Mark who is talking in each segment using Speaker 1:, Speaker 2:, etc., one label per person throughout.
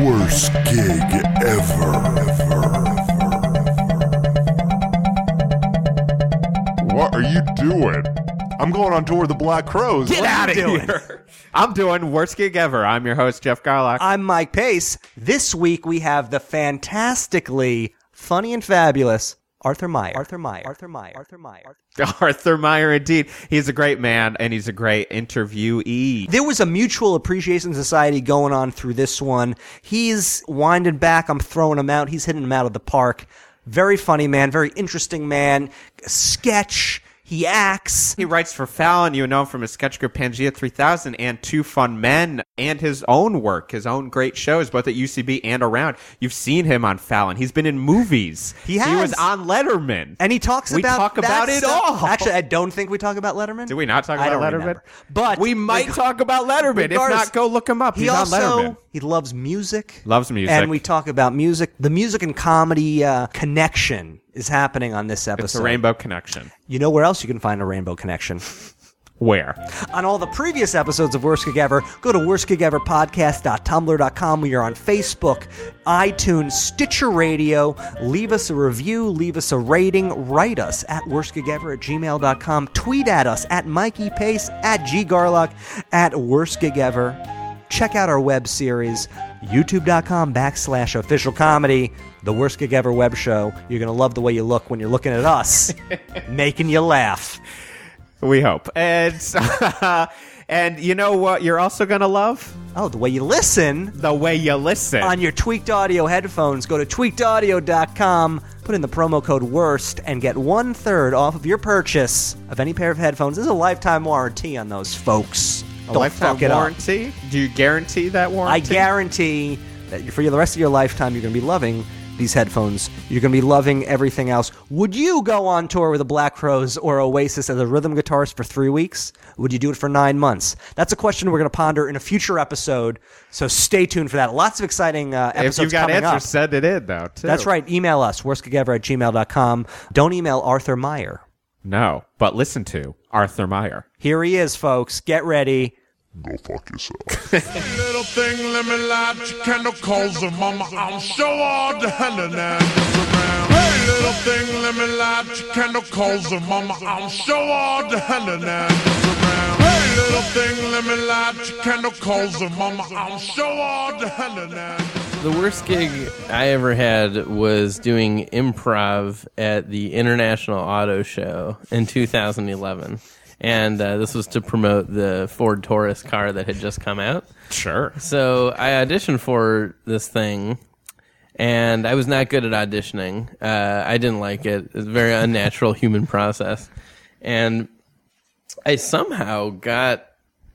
Speaker 1: Worst gig ever.
Speaker 2: What are you doing? I'm going on tour with the Black Crows.
Speaker 3: Get
Speaker 2: What are
Speaker 3: out
Speaker 2: you
Speaker 3: of
Speaker 2: doing?
Speaker 3: here. I'm doing worst gig ever. I'm your host, Jeff Garlock.
Speaker 4: I'm Mike Pace. This week we have the fantastically funny and fabulous Arthur Meyer. Arthur Meyer. Arthur Meyer. Arthur Meyer.
Speaker 3: Arthur Meyer, indeed. He's a great man and he's a great interviewee.
Speaker 4: There was a mutual appreciation society going on through this one. He's winding back. I'm throwing him out. He's hitting him out of the park. Very funny man. Very interesting man. Sketch. He acts.
Speaker 3: He writes for Fallon. You know him from his sketch group Pangea 3000 and Two Fun Men and his own work, his own great shows, both at UCB and around. You've seen him on Fallon. He's been in movies.
Speaker 4: He has.
Speaker 3: He was on Letterman.
Speaker 4: And he talks
Speaker 3: We
Speaker 4: about
Speaker 3: talk
Speaker 4: that
Speaker 3: about it
Speaker 4: stuff.
Speaker 3: all.
Speaker 4: Actually, I don't think we talk about Letterman.
Speaker 3: Did we not talk
Speaker 4: I
Speaker 3: about
Speaker 4: don't
Speaker 3: Letterman?
Speaker 4: remember. But
Speaker 3: we might
Speaker 4: reg-
Speaker 3: talk about Letterman.
Speaker 4: regardless,
Speaker 3: if not, go look him up.
Speaker 4: He
Speaker 3: He's
Speaker 4: also
Speaker 3: on Letterman.
Speaker 4: he loves music.
Speaker 3: Loves music.
Speaker 4: And we talk about music. The music and comedy uh, connection is happening on this episode.
Speaker 3: It's a Rainbow Connection.
Speaker 4: You know where else you can find a rainbow connection?
Speaker 3: Where?
Speaker 4: on all the previous episodes of Worst Gig Ever, go to worstgigeverpodcast.tumblr.com. We are on Facebook, iTunes, Stitcher Radio. Leave us a review, leave us a rating, write us at worstgigever at gmail.com, tweet at us at Mikey Pace, at G Garlock, at Worst Gig Ever. Check out our web series, youtube.com backslash official comedy, the Worst Gig Ever web show. You're going to love the way you look when you're looking at us, making you laugh.
Speaker 3: We hope. And and you know what? You're also gonna love
Speaker 4: Oh, the way you listen.
Speaker 3: the way you listen.
Speaker 4: on your tweaked audio headphones go to tweakedaudio.com put in the promo code worst and get one third off of your purchase of any pair of headphones there's a lifetime warranty on those folks
Speaker 3: a
Speaker 4: Don't
Speaker 3: lifetime
Speaker 4: fuck it up.
Speaker 3: warranty. Do you guarantee that warranty?
Speaker 4: i guarantee that for the rest of your lifetime you're going to be loving these headphones you're going to be loving everything else would you go on tour with the black crows or oasis as a rhythm guitarist for three weeks would you do it for nine months that's a question we're going to ponder in a future episode so stay tuned for that lots of exciting uh,
Speaker 3: If
Speaker 4: episodes
Speaker 3: you've got
Speaker 4: coming
Speaker 3: answers,
Speaker 4: up.
Speaker 3: send it in though. Too.
Speaker 4: That's right. Email us, worstgigever at gmail.com. Don't email Arthur Meyer.
Speaker 3: No, but listen to Arthur Meyer.
Speaker 4: Here he is, folks. Get ready.
Speaker 1: Go fuck yourself.
Speaker 5: Little thing, let me light your candle, calls her mama. I'm sure all the hundred and is around. Hey, little thing, let me light your candle, calls her mama. I'm sure all the hundred and is around. Hey, little thing, let me light your candle, calls her mama. I'm sure all the hundred and
Speaker 6: The worst gig I ever had was doing improv at the International Auto Show in 2011. And uh, this was to promote the Ford Taurus car that had just come out.
Speaker 3: Sure.
Speaker 6: So I auditioned for this thing, and I was not good at auditioning. Uh, I didn't like it. It's a very unnatural human process. And I somehow got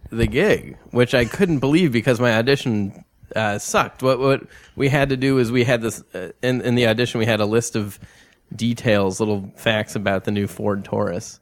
Speaker 6: the gig, which I couldn't believe because my audition uh, sucked. What what we had to do is we had this uh, in in the audition we had a list of details, little facts about the new Ford Taurus,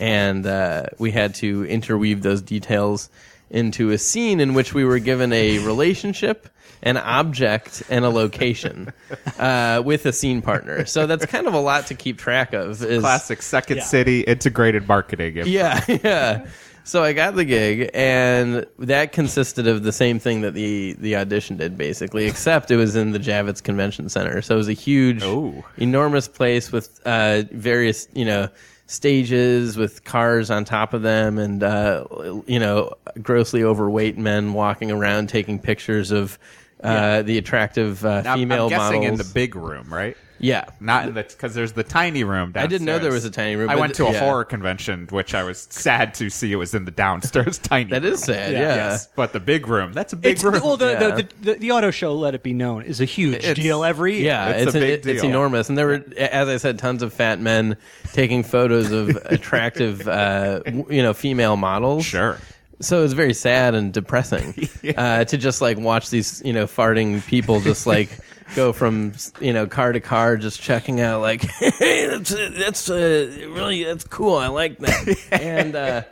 Speaker 6: and uh, we had to interweave those details into a scene in which we were given a relationship, an object, and a location uh, with a scene partner. So that's kind of a lot to keep track of. Is,
Speaker 3: Classic Second City integrated marketing.
Speaker 6: yeah, yeah. So I got the gig, and that consisted of the same thing that the the audition did, basically, except it was in the Javits Convention Center. So it was a huge,
Speaker 3: Oh.
Speaker 6: enormous place with uh, various, you know, stages with cars on top of them, and uh, you know, grossly overweight men walking around taking pictures of. Uh, The attractive uh,
Speaker 3: I'm,
Speaker 6: female
Speaker 3: I'm guessing
Speaker 6: models.
Speaker 3: in the big room, right?
Speaker 6: yeah,
Speaker 3: Not in the because there's the tiny room. Downstairs.
Speaker 6: I didn't know there was a tiny room,
Speaker 3: I
Speaker 6: but
Speaker 3: went to
Speaker 6: th-
Speaker 3: a
Speaker 6: yeah.
Speaker 3: horror convention, which I was sad to see it was in the downstairs tiny.
Speaker 6: that is
Speaker 3: room.
Speaker 6: sad. Yeah,
Speaker 3: but the big room. That's a big
Speaker 7: It's,
Speaker 3: room.
Speaker 7: well, the,
Speaker 6: Yeah.
Speaker 7: the, the, the, the auto show, let it be known, is a huge deal every year.
Speaker 6: Yeah,
Speaker 3: It's
Speaker 6: it's,
Speaker 3: a big
Speaker 6: it- it's
Speaker 3: deal.
Speaker 6: enormous, and there were, as I said, tons of fat men taking photos of attractive, uh, w- you know, female models.
Speaker 3: Sure.
Speaker 6: So it was very sad and depressing uh, to just like watch these, you know, farting people just like go from you know car to car, just checking out like, hey, that's that's uh, really that's cool. I like that. and uh,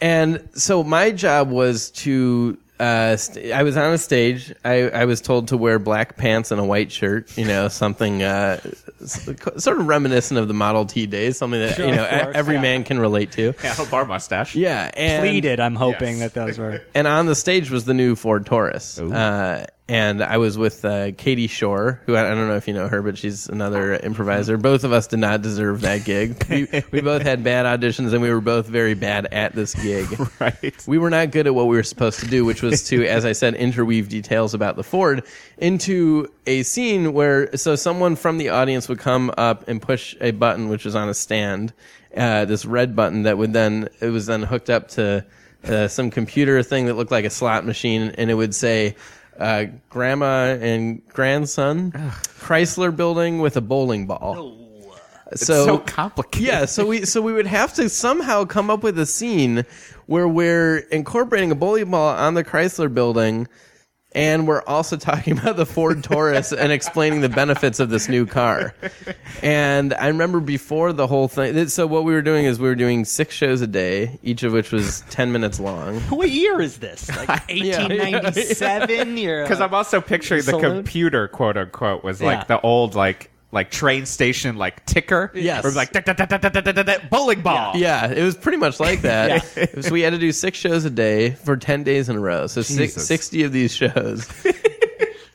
Speaker 6: and so my job was to. Uh, st- I was on a stage. I, I was told to wear black pants and a white shirt. You know, something uh, s- sort of reminiscent of the Model T days. Something that you know
Speaker 4: of course,
Speaker 6: e- every
Speaker 4: yeah.
Speaker 6: man can relate to.
Speaker 3: Yeah, bar mustache.
Speaker 6: Yeah, and
Speaker 4: Pleated, I'm hoping that those were.
Speaker 6: and on the stage was the new Ford Taurus. Uh, and I was with uh, Katie Shore, who I, I don't know if you know her, but she's another improviser. Both of us did not deserve that gig. We, we both had bad auditions, and we were both very bad at this gig.
Speaker 3: Right.
Speaker 6: We were not good at what we were supposed to do, which was to, as I said, interweave details about the Ford into a scene where so someone from the audience would come up and push a button, which was on a stand, uh, this red button that would then it was then hooked up to uh, some computer thing that looked like a slot machine, and it would say. Uh, grandma and grandson, Chrysler building with a bowling ball.
Speaker 3: So, complicated.
Speaker 6: Yeah, so we so we would have to somehow come up with a scene where we're incorporating a bowling ball on the Chrysler building and we're also talking about the Ford Taurus and explaining the benefits of this new car. And I remember before the whole thing so what we were doing is we were doing 6 shows a day, each of which was 10 minutes long.
Speaker 4: What year is this? Like 1897? You're
Speaker 3: Because I'm also picturing the
Speaker 4: Saloon?
Speaker 3: computer, quote unquote, was like
Speaker 4: Yeah.
Speaker 3: the old like like train station like ticker.
Speaker 6: Yes.
Speaker 3: Or like da da da da da da da da bowling ball.
Speaker 6: Yeah, it was pretty much like that. So we had to do six shows a day for 10 days in a row. So six,
Speaker 3: Jesus.
Speaker 6: 60 of these shows.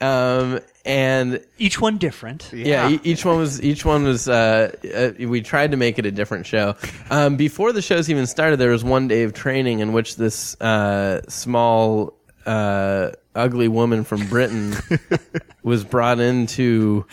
Speaker 6: um, and
Speaker 4: each one different.
Speaker 6: yeah, e- each one was each one was uh, uh, we tried to make it a different show um, before the shows even started there was one day of training in which this uh, small uh, ugly woman from britain was brought in to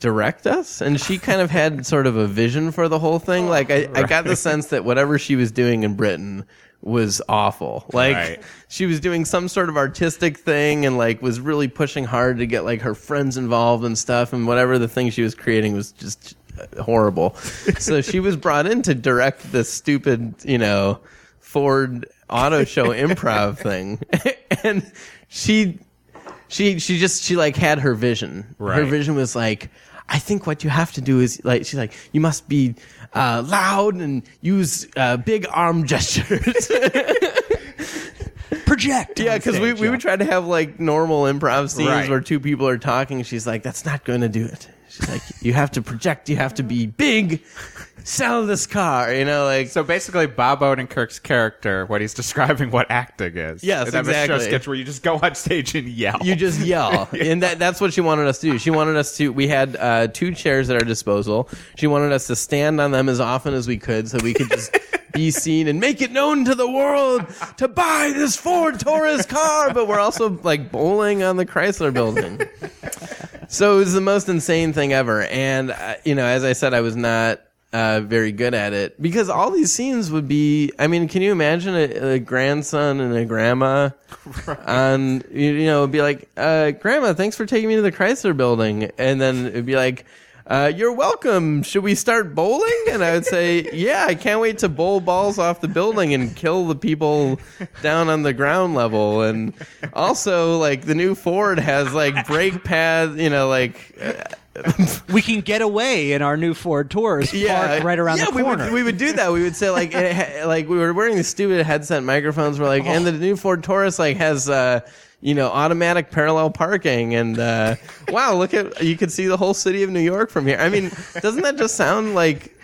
Speaker 6: direct us and she kind of had sort of a vision for the whole thing like i, I got the sense that whatever she was doing in britain was awful like
Speaker 3: Right.
Speaker 6: she was doing some sort of artistic thing and like was really pushing hard to get like her friends involved and stuff and whatever the thing she was creating was just uh, horrible so she was brought in to direct this stupid you know ford auto show improv thing and she she she just she like had her vision her
Speaker 3: Right.
Speaker 6: vision was like I think what you have to do is like she's like you must be uh, loud and use uh, big arm gestures.
Speaker 4: Project.
Speaker 6: Yeah,
Speaker 4: on
Speaker 6: because we,
Speaker 4: stage,
Speaker 6: we
Speaker 4: yeah.
Speaker 6: would try to have like normal improv scenes
Speaker 3: Right.
Speaker 6: where two people are talking. She's like, that's not going to do it. She's like, you have to project. You have to be big. Sell this car. You know, like
Speaker 3: So basically, Bob Odenkirk's character, what he's describing, what acting is.
Speaker 6: Yes,
Speaker 3: and that
Speaker 6: exactly.
Speaker 3: Show sketch where you just go on stage and yell.
Speaker 6: you just yell, and that that's what she wanted us to do. She wanted us to. We had uh, two chairs at our disposal. She wanted us to stand on them as often as we could, so we could just. Be seen and make it known to the world to buy this Ford Taurus car, but we're also like bowling on the Chrysler building. So it was the most insane thing ever. And, uh, you know, as I said, I was not uh, very good at it because all these scenes would be. I mean, can you imagine a, a grandson and a grandma? On, you, you know, it'd be like, uh, Grandma, thanks for taking me to the Chrysler building. And then it'd be like, uh, you're welcome. Should we start bowling? And I would say, yeah, I can't wait to bowl balls off the building and kill the people down on the ground level. And also, like, the new Ford has, like, brake pads, you know, like, uh,
Speaker 4: We can get away in our new Ford Taurus parked right around
Speaker 6: yeah,
Speaker 4: the
Speaker 6: we
Speaker 4: corner.
Speaker 6: Would, we would do that. We would say like, it ha- like we were wearing the stupid headset microphones. We're like, and the new Ford Taurus like has uh, you know automatic parallel parking, and uh, wow, look at you could see the whole city of New York from here. I mean, doesn't that just sound like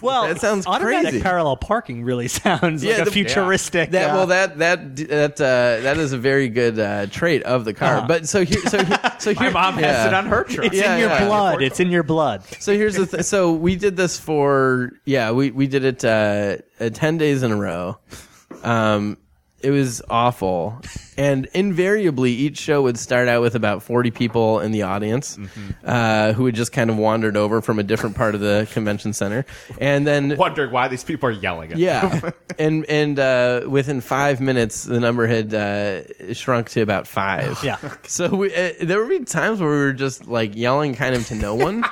Speaker 4: well,
Speaker 6: that sounds
Speaker 4: automatic
Speaker 6: crazy.
Speaker 4: parallel parking really sounds
Speaker 6: Yeah,
Speaker 4: like
Speaker 6: the-
Speaker 4: a futuristic.
Speaker 6: that?
Speaker 4: uh,
Speaker 6: Well, that that that uh, that is a very good uh, trait of the car. But so here, so here, so
Speaker 3: Uh-huh. My
Speaker 6: here,
Speaker 3: mom has
Speaker 6: yeah.
Speaker 3: it on her truck.
Speaker 4: it's in your blood. It's in your blood.
Speaker 6: So here's the th- so we did this for yeah we we did it uh, uh, ten days in a row. Um, it was awful, and invariably each show would start out with about forty people in the audience
Speaker 3: Mm-hmm.
Speaker 6: uh, who had just kind of wandered over from a different part of the convention center, and then
Speaker 3: Wondering why these people are yelling at
Speaker 6: yeah, and and uh, within five minutes, the number had uh, shrunk to about five.
Speaker 4: Yeah.
Speaker 6: So we, uh, there would be times where we were just like yelling, kind of to no one,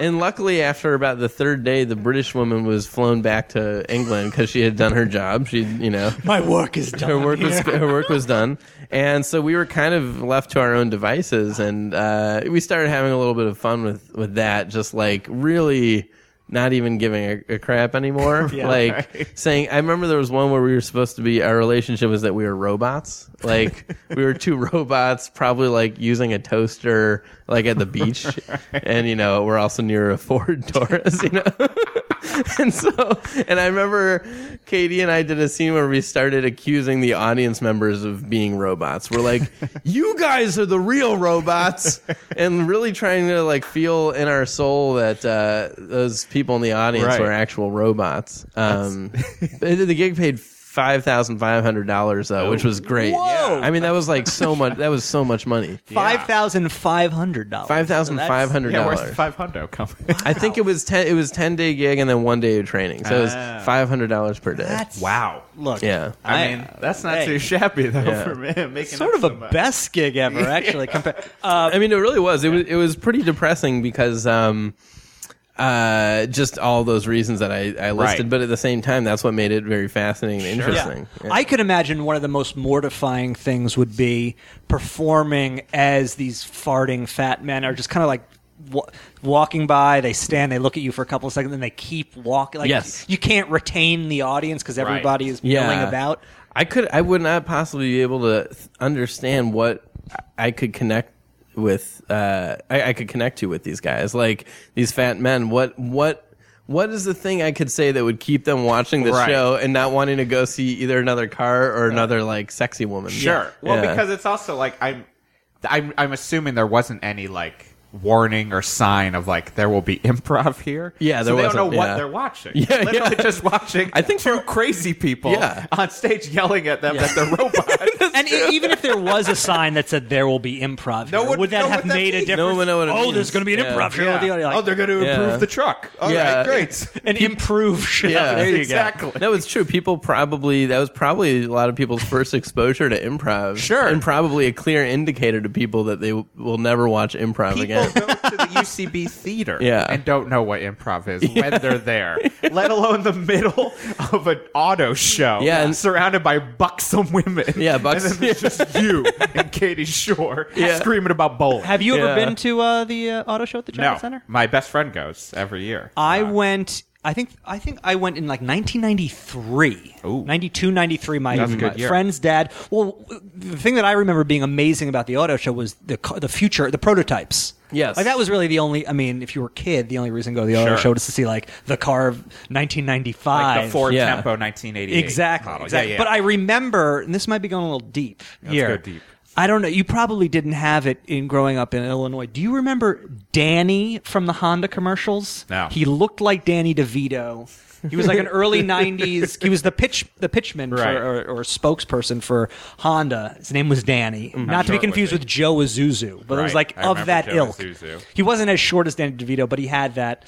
Speaker 6: And luckily, after about the third day, the British woman was flown back to England because she had done her job. She, you know,
Speaker 4: My work is done.
Speaker 6: her work was her work was done, and so we were kind of left to our own devices, and uh, we started having a little bit of fun with with that, just like really not even giving a, a crap anymore. like saying, I remember there was one where we were supposed to be our relationship was that we were robots, like we were two robots, probably like using a toaster like at the beach, and you know we're also near a Ford Taurus, you know. and so and I remember Katie and I did a scene where we started accusing the audience members of being robots. We're like, you guys are the real robots, and really trying to like feel in our soul that uh, those people in the audience
Speaker 3: Right.
Speaker 6: were actual robots. Um, but the gig paid. Five thousand five hundred dollars though, which was great.
Speaker 4: Whoa!
Speaker 6: I mean, that was like so much. That was so much money.
Speaker 4: Five thousand five hundred dollars.
Speaker 6: Five thousand five hundred
Speaker 3: Yeah,
Speaker 6: dollars.
Speaker 3: where's the five hundo come?
Speaker 6: I think it was ten. It was ten day gig and then one day of training, so it was five hundred dollars per day.
Speaker 4: That's
Speaker 3: wow.
Speaker 4: look.
Speaker 6: yeah,
Speaker 3: I, mean, that's not
Speaker 4: hey.
Speaker 3: too shabby though
Speaker 6: Yeah.
Speaker 3: for me. Making
Speaker 4: Sort
Speaker 3: up
Speaker 4: of a
Speaker 3: so much.
Speaker 4: best gig ever, actually. Compa- uh,
Speaker 6: I mean it really was. It was it was pretty depressing because um, uh, just all those reasons that I, I listed.
Speaker 3: Right.
Speaker 6: But at the same time, that's what made it very fascinating and interesting. Yeah.
Speaker 4: uh, I could imagine one of the most mortifying things would be performing as these farting fat men are just kind of like wa- walking by. They stand, they look at you for a couple of seconds, then they keep walking. Like,
Speaker 6: Yes.
Speaker 4: you can't retain the audience because everybody is milling
Speaker 6: Yeah.
Speaker 4: about.
Speaker 6: I could. I would not possibly be able to th- understand what I could connect with. Uh, I, I could connect to with these guys, like these fat men. What what. What is the thing I could say that would keep them watching the
Speaker 3: Right.
Speaker 6: show and not wanting to go see either another car or another like sexy woman?
Speaker 3: Sure. Well,
Speaker 6: Yeah.
Speaker 3: because it's also like I'm, I'm, I'm assuming there wasn't any like warning or sign of like there will be improv here.
Speaker 6: Yeah, there
Speaker 3: so they don't know
Speaker 6: wasn't,
Speaker 3: what
Speaker 6: yeah.
Speaker 3: they're watching.
Speaker 6: Yeah,
Speaker 3: Yeah, literally
Speaker 6: yeah.
Speaker 3: just watching.
Speaker 6: I think
Speaker 3: two
Speaker 6: for-
Speaker 3: crazy people
Speaker 6: Yeah.
Speaker 3: on stage yelling at them that they're robots.
Speaker 4: And e- even if there was a sign that said there will be improv,
Speaker 3: No
Speaker 4: here,
Speaker 3: one-
Speaker 4: would that
Speaker 3: no
Speaker 4: have
Speaker 3: one that
Speaker 4: made a
Speaker 3: means.
Speaker 4: difference?
Speaker 6: No one know what it
Speaker 4: oh, there's
Speaker 6: means.
Speaker 4: going to be an
Speaker 6: Yeah.
Speaker 4: improv show.
Speaker 3: Yeah.
Speaker 4: The other, like,
Speaker 3: oh, they're going to
Speaker 6: Yeah.
Speaker 3: improve the truck. All right,
Speaker 6: Yeah.
Speaker 3: great.
Speaker 4: an improv show.
Speaker 6: Yeah.
Speaker 4: There you go.
Speaker 3: exactly.
Speaker 6: No, it's true. People probably that was probably a lot of people's first exposure to improv.
Speaker 3: Sure.
Speaker 6: and probably a clear indicator to people that they w- will never watch improv
Speaker 3: People
Speaker 6: again.
Speaker 3: go to the UCB theater
Speaker 6: Yeah.
Speaker 3: and don't know what improv is when they're there, let alone the middle of an auto show
Speaker 6: Yeah, and-
Speaker 3: surrounded by buxom women.
Speaker 6: Yeah, bucks-
Speaker 3: And then there's just you and Katie Shore
Speaker 6: Yeah.
Speaker 3: screaming about bowling.
Speaker 4: Have you
Speaker 6: Yeah.
Speaker 4: ever been to uh, the uh, auto show at the Javits
Speaker 3: no,
Speaker 4: Center?
Speaker 3: my best friend goes every year.
Speaker 4: I went. I think I think I went in like 1993,
Speaker 3: Ooh.
Speaker 4: 92, 93. My,
Speaker 3: That's a good
Speaker 4: my
Speaker 3: year.
Speaker 4: friend's dad. Well, the thing that I remember being amazing about the auto show was the ca- the future, the prototypes.
Speaker 6: Yes.
Speaker 4: like that was really the only. I mean, if you were a kid, the only reason to go to the auto
Speaker 3: Sure.
Speaker 4: show was to see like the car of 1995.
Speaker 3: like the Ford
Speaker 6: Yeah.
Speaker 3: Tempo 1988
Speaker 4: Exactly.
Speaker 3: model.
Speaker 4: exactly.
Speaker 3: Yeah, yeah.
Speaker 4: But I remember, and this might be going a little deep Let's here.
Speaker 3: go deep.
Speaker 4: I don't know. You probably didn't have it in growing up in Illinois. Do you remember Danny from the Honda commercials?
Speaker 3: No.
Speaker 4: He looked like Danny DeVito. He was like an early '90s. He was the pitch, the pitchman
Speaker 3: Right.
Speaker 4: for, or, or spokesperson for Honda. His name was Danny, not
Speaker 3: Mm-hmm. sure it
Speaker 4: to be
Speaker 3: would
Speaker 4: confused
Speaker 3: be.
Speaker 4: with Joe Azuzu, but it was
Speaker 3: Right.
Speaker 4: like
Speaker 3: I
Speaker 4: of
Speaker 3: remember
Speaker 4: that
Speaker 3: Joe
Speaker 4: ilk.
Speaker 3: Isuzu.
Speaker 4: He wasn't as short as Danny DeVito, but he had that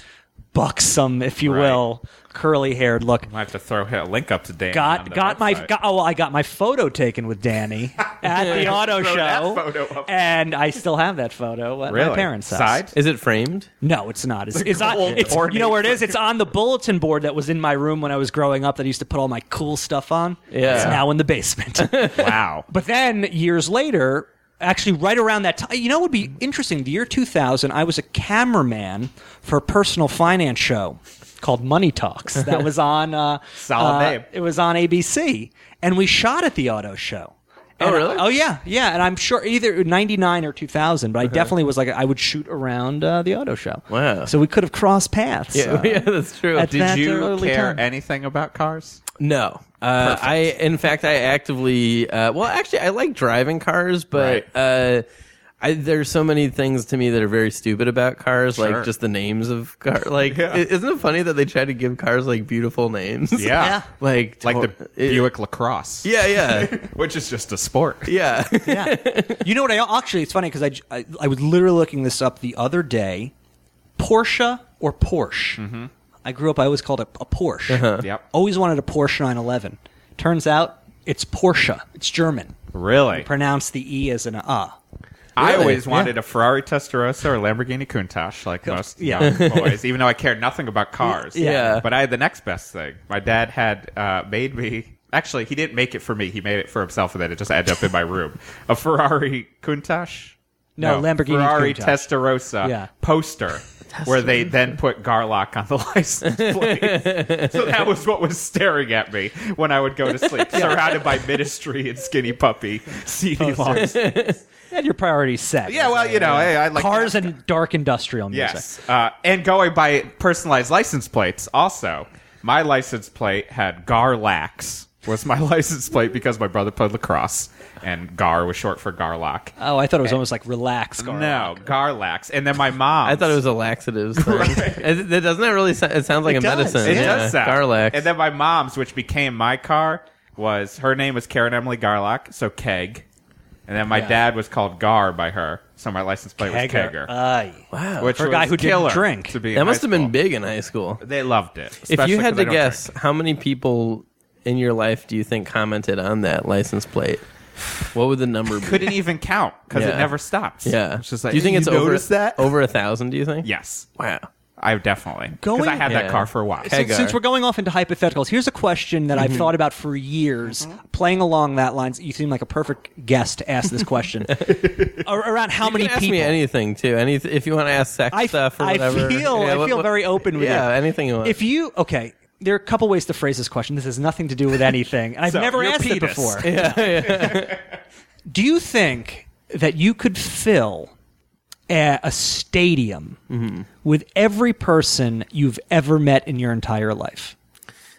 Speaker 4: buxom, if you
Speaker 3: Right.
Speaker 4: will, curly-haired look
Speaker 3: I have to throw a link up to Dan. on
Speaker 4: got
Speaker 3: the
Speaker 4: got my
Speaker 3: website.
Speaker 4: got, oh well, I got my photo taken with Danny at the auto
Speaker 3: Throw that
Speaker 4: show,
Speaker 3: photo up.
Speaker 4: and I still have that photo at
Speaker 3: really?
Speaker 4: my parents' house.
Speaker 3: side.
Speaker 6: Is it framed?
Speaker 4: No, it's not. It's, it's, on,
Speaker 3: gold
Speaker 4: it's you know where it is. It's on the bulletin board that was in my room when I was growing up. That I used to put all my cool stuff on.
Speaker 6: Yeah.
Speaker 4: it's now in the basement.
Speaker 3: Wow.
Speaker 4: But then years later, actually right around that time, you know, what would be interesting. The year 2000, I was a cameraman for a personal finance show called Money Talks that was on uh,
Speaker 3: Solid
Speaker 4: uh,
Speaker 3: name.
Speaker 4: It was on ABC, and we shot at the auto show.
Speaker 6: Oh,
Speaker 4: And-
Speaker 6: really?
Speaker 4: oh yeah, yeah. And I'm sure either '99 or 2000, but I definitely was like I would shoot around uh, the auto show.
Speaker 6: Wow.
Speaker 4: So we could have crossed paths.
Speaker 6: Yeah,
Speaker 4: uh,
Speaker 6: yeah, that's true.
Speaker 4: at
Speaker 6: Did
Speaker 4: that
Speaker 6: you
Speaker 4: early
Speaker 3: Care
Speaker 4: time.
Speaker 3: anything about cars?
Speaker 6: No. Uh, I in fact I actively uh, well actually I like driving cars but
Speaker 3: Right.
Speaker 6: uh, I, there's so many things to me that are very stupid about cars
Speaker 3: Sure.
Speaker 6: like just the names of car like i- isn't it funny that they try to give cars like beautiful names
Speaker 3: Yeah.
Speaker 6: like
Speaker 3: Like
Speaker 6: to-
Speaker 3: the
Speaker 6: it-
Speaker 3: Buick Lacrosse.
Speaker 6: yeah yeah
Speaker 3: Which is just a sport.
Speaker 6: yeah
Speaker 4: yeah. You know what? I actually, it's funny because I, j- I I was literally looking this up the other day. Porsche or Porsche?
Speaker 3: Mm-hmm.
Speaker 4: I grew up. I always called it a Porsche.
Speaker 3: Yep.
Speaker 4: Always wanted a Porsche 911. Turns out it's Porsche. It's German.
Speaker 3: Really?
Speaker 4: Pronounce the e as an uh.
Speaker 3: I
Speaker 6: Really?
Speaker 3: always
Speaker 6: Yeah.
Speaker 3: wanted a Ferrari Testarossa or Lamborghini Countach, like most
Speaker 4: Yeah.
Speaker 3: young boys, even though I cared nothing about cars.
Speaker 6: Yeah.
Speaker 3: But I had the next best thing. My dad had uh, made me. Actually, he didn't make it for me. He made it for himself, and then it just ended up in my room. A Ferrari Countach.
Speaker 4: No, Lamborghini
Speaker 3: Ferrari
Speaker 4: Countach.
Speaker 3: Testarossa
Speaker 4: Yeah.
Speaker 3: poster, where they then put Garlock on the license plate. so that was what was staring at me when I would go to sleep, surrounded by Ministry and Skinny Puppy CD long
Speaker 4: You had your priorities set.
Speaker 3: yeah, well, you know, hey, I like
Speaker 4: cars and dark industrial music.
Speaker 3: Yes, uh, and going by personalized license plates. Also, my license plate had Garlax was my license plate because my brother played lacrosse, and Gar was short for Garlock.
Speaker 4: Oh, I thought it was almost like relax. Gar.
Speaker 3: No, Garlax, and then my mom.
Speaker 6: I thought it was a laxatives thing. It, it- doesn't it really? sou- It sounds like a
Speaker 4: does.
Speaker 6: medicine.
Speaker 3: It
Speaker 6: yeah.
Speaker 3: does sound.
Speaker 6: Garlax.
Speaker 3: And then my mom's, which became my car, was her name was Karen Emily Garlock, so Keg. And then my dad was called Gar by her, so my license plate was Kegger.
Speaker 4: Aye.
Speaker 6: wow.
Speaker 3: which
Speaker 4: Uh, for a guy
Speaker 3: was
Speaker 4: who didn't
Speaker 3: killer
Speaker 4: drink.
Speaker 3: to be in
Speaker 6: that
Speaker 3: high
Speaker 6: must have been
Speaker 3: school.
Speaker 6: big in high school.
Speaker 3: They loved it.
Speaker 6: If
Speaker 3: especially
Speaker 6: you
Speaker 3: 'cause
Speaker 6: had
Speaker 3: they
Speaker 6: to
Speaker 3: don't
Speaker 6: guess,
Speaker 3: drink.
Speaker 6: how many people in your life do you think commented on that license plate? What would the number be?
Speaker 3: couldn't even count because it
Speaker 6: Yeah.
Speaker 3: never stops.
Speaker 6: yeah.
Speaker 3: It's just like,
Speaker 6: do you think it's over
Speaker 3: noticed that?
Speaker 6: over a thousand? Do you think?
Speaker 3: Yes,
Speaker 6: Wow.
Speaker 3: I definitely because
Speaker 4: Going-
Speaker 3: I had that
Speaker 6: Yeah.
Speaker 3: car for a while.
Speaker 6: Okay. Hagar.
Speaker 4: Since we're going off into hypotheticals, here's a question that
Speaker 6: Mm-hmm.
Speaker 4: I've thought about for years. Playing along that lines, you seem like a perfect guest to ask this question. Ar- Around how many
Speaker 6: You can ask
Speaker 4: people?
Speaker 6: me anything too. Any if you want to ask sex
Speaker 4: I,
Speaker 6: stuff or
Speaker 4: I
Speaker 6: whatever.
Speaker 4: feel
Speaker 6: Yeah,
Speaker 4: I
Speaker 6: what-
Speaker 4: feel
Speaker 6: what-
Speaker 4: very open with
Speaker 6: yeah,
Speaker 4: it.
Speaker 6: anything you want.
Speaker 4: If you okay, there are a couple ways to phrase this question. This has nothing to do with anything, and I've
Speaker 3: So,
Speaker 4: never
Speaker 3: your
Speaker 4: asked it
Speaker 3: penis.
Speaker 4: before. do you think that you could fill a, a stadium
Speaker 6: Mm-hmm.
Speaker 4: with every person you've ever met in your entire life?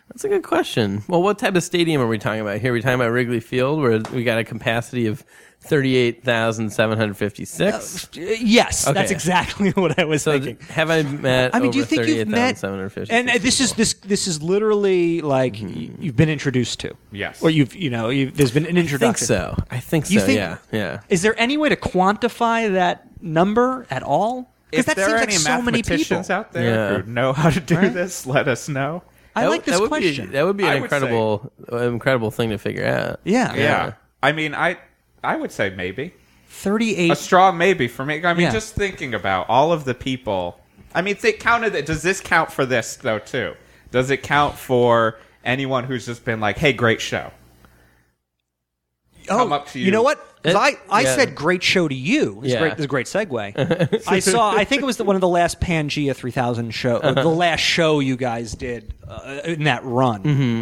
Speaker 6: That's a good question. Well, what type of stadium are we talking about here? Are we talking about Wrigley Field, where we got a capacity of thirty-eight thousand seven hundred fifty-six?
Speaker 4: Uh, Yes,
Speaker 6: Okay.
Speaker 4: that's exactly what I was
Speaker 6: So,
Speaker 4: thinking.
Speaker 6: have I met?
Speaker 4: I mean,
Speaker 6: over
Speaker 4: do you think you've met?
Speaker 6: 38,756
Speaker 4: And uh, this is this this is literally like y- you've been introduced to.
Speaker 3: Yes.
Speaker 4: or you've you know you've, there's been an
Speaker 6: Mm-hmm. I think
Speaker 4: introduction.
Speaker 6: so. I think so.
Speaker 4: You think-
Speaker 6: yeah, yeah.
Speaker 4: Is there any way to quantify that number at all? Because
Speaker 3: If
Speaker 4: that
Speaker 3: there
Speaker 4: seems
Speaker 3: are
Speaker 4: like
Speaker 3: any
Speaker 4: so many people.
Speaker 3: mathematicians out there
Speaker 6: Yeah.
Speaker 3: who know how to do this, let us know.
Speaker 4: I
Speaker 6: That
Speaker 4: like
Speaker 6: would-
Speaker 4: this
Speaker 6: that would
Speaker 4: question.
Speaker 6: Be, that would be an
Speaker 3: I would say-
Speaker 6: incredible, uh, incredible thing to figure out.
Speaker 4: yeah,
Speaker 3: Yeah. I mean, I I would say maybe a
Speaker 4: thirty-eight.
Speaker 3: strong maybe for me. I mean,
Speaker 4: Yeah.
Speaker 3: just thinking about all of the people. I mean, think counted. That does this count for this though too? Does it count for anyone who's just been like, "Hey, great show"? come up to you.
Speaker 4: Oh, know what? 'Cause
Speaker 6: It-
Speaker 4: I, I
Speaker 6: yeah.
Speaker 4: said great show to you. It's
Speaker 6: Yeah.
Speaker 4: great, it's a great segue. I saw. I think it was the, one of the last Pangea three thousand show, or
Speaker 6: Uh-huh.
Speaker 4: the last show you guys did uh, in that run.
Speaker 6: Mm-hmm.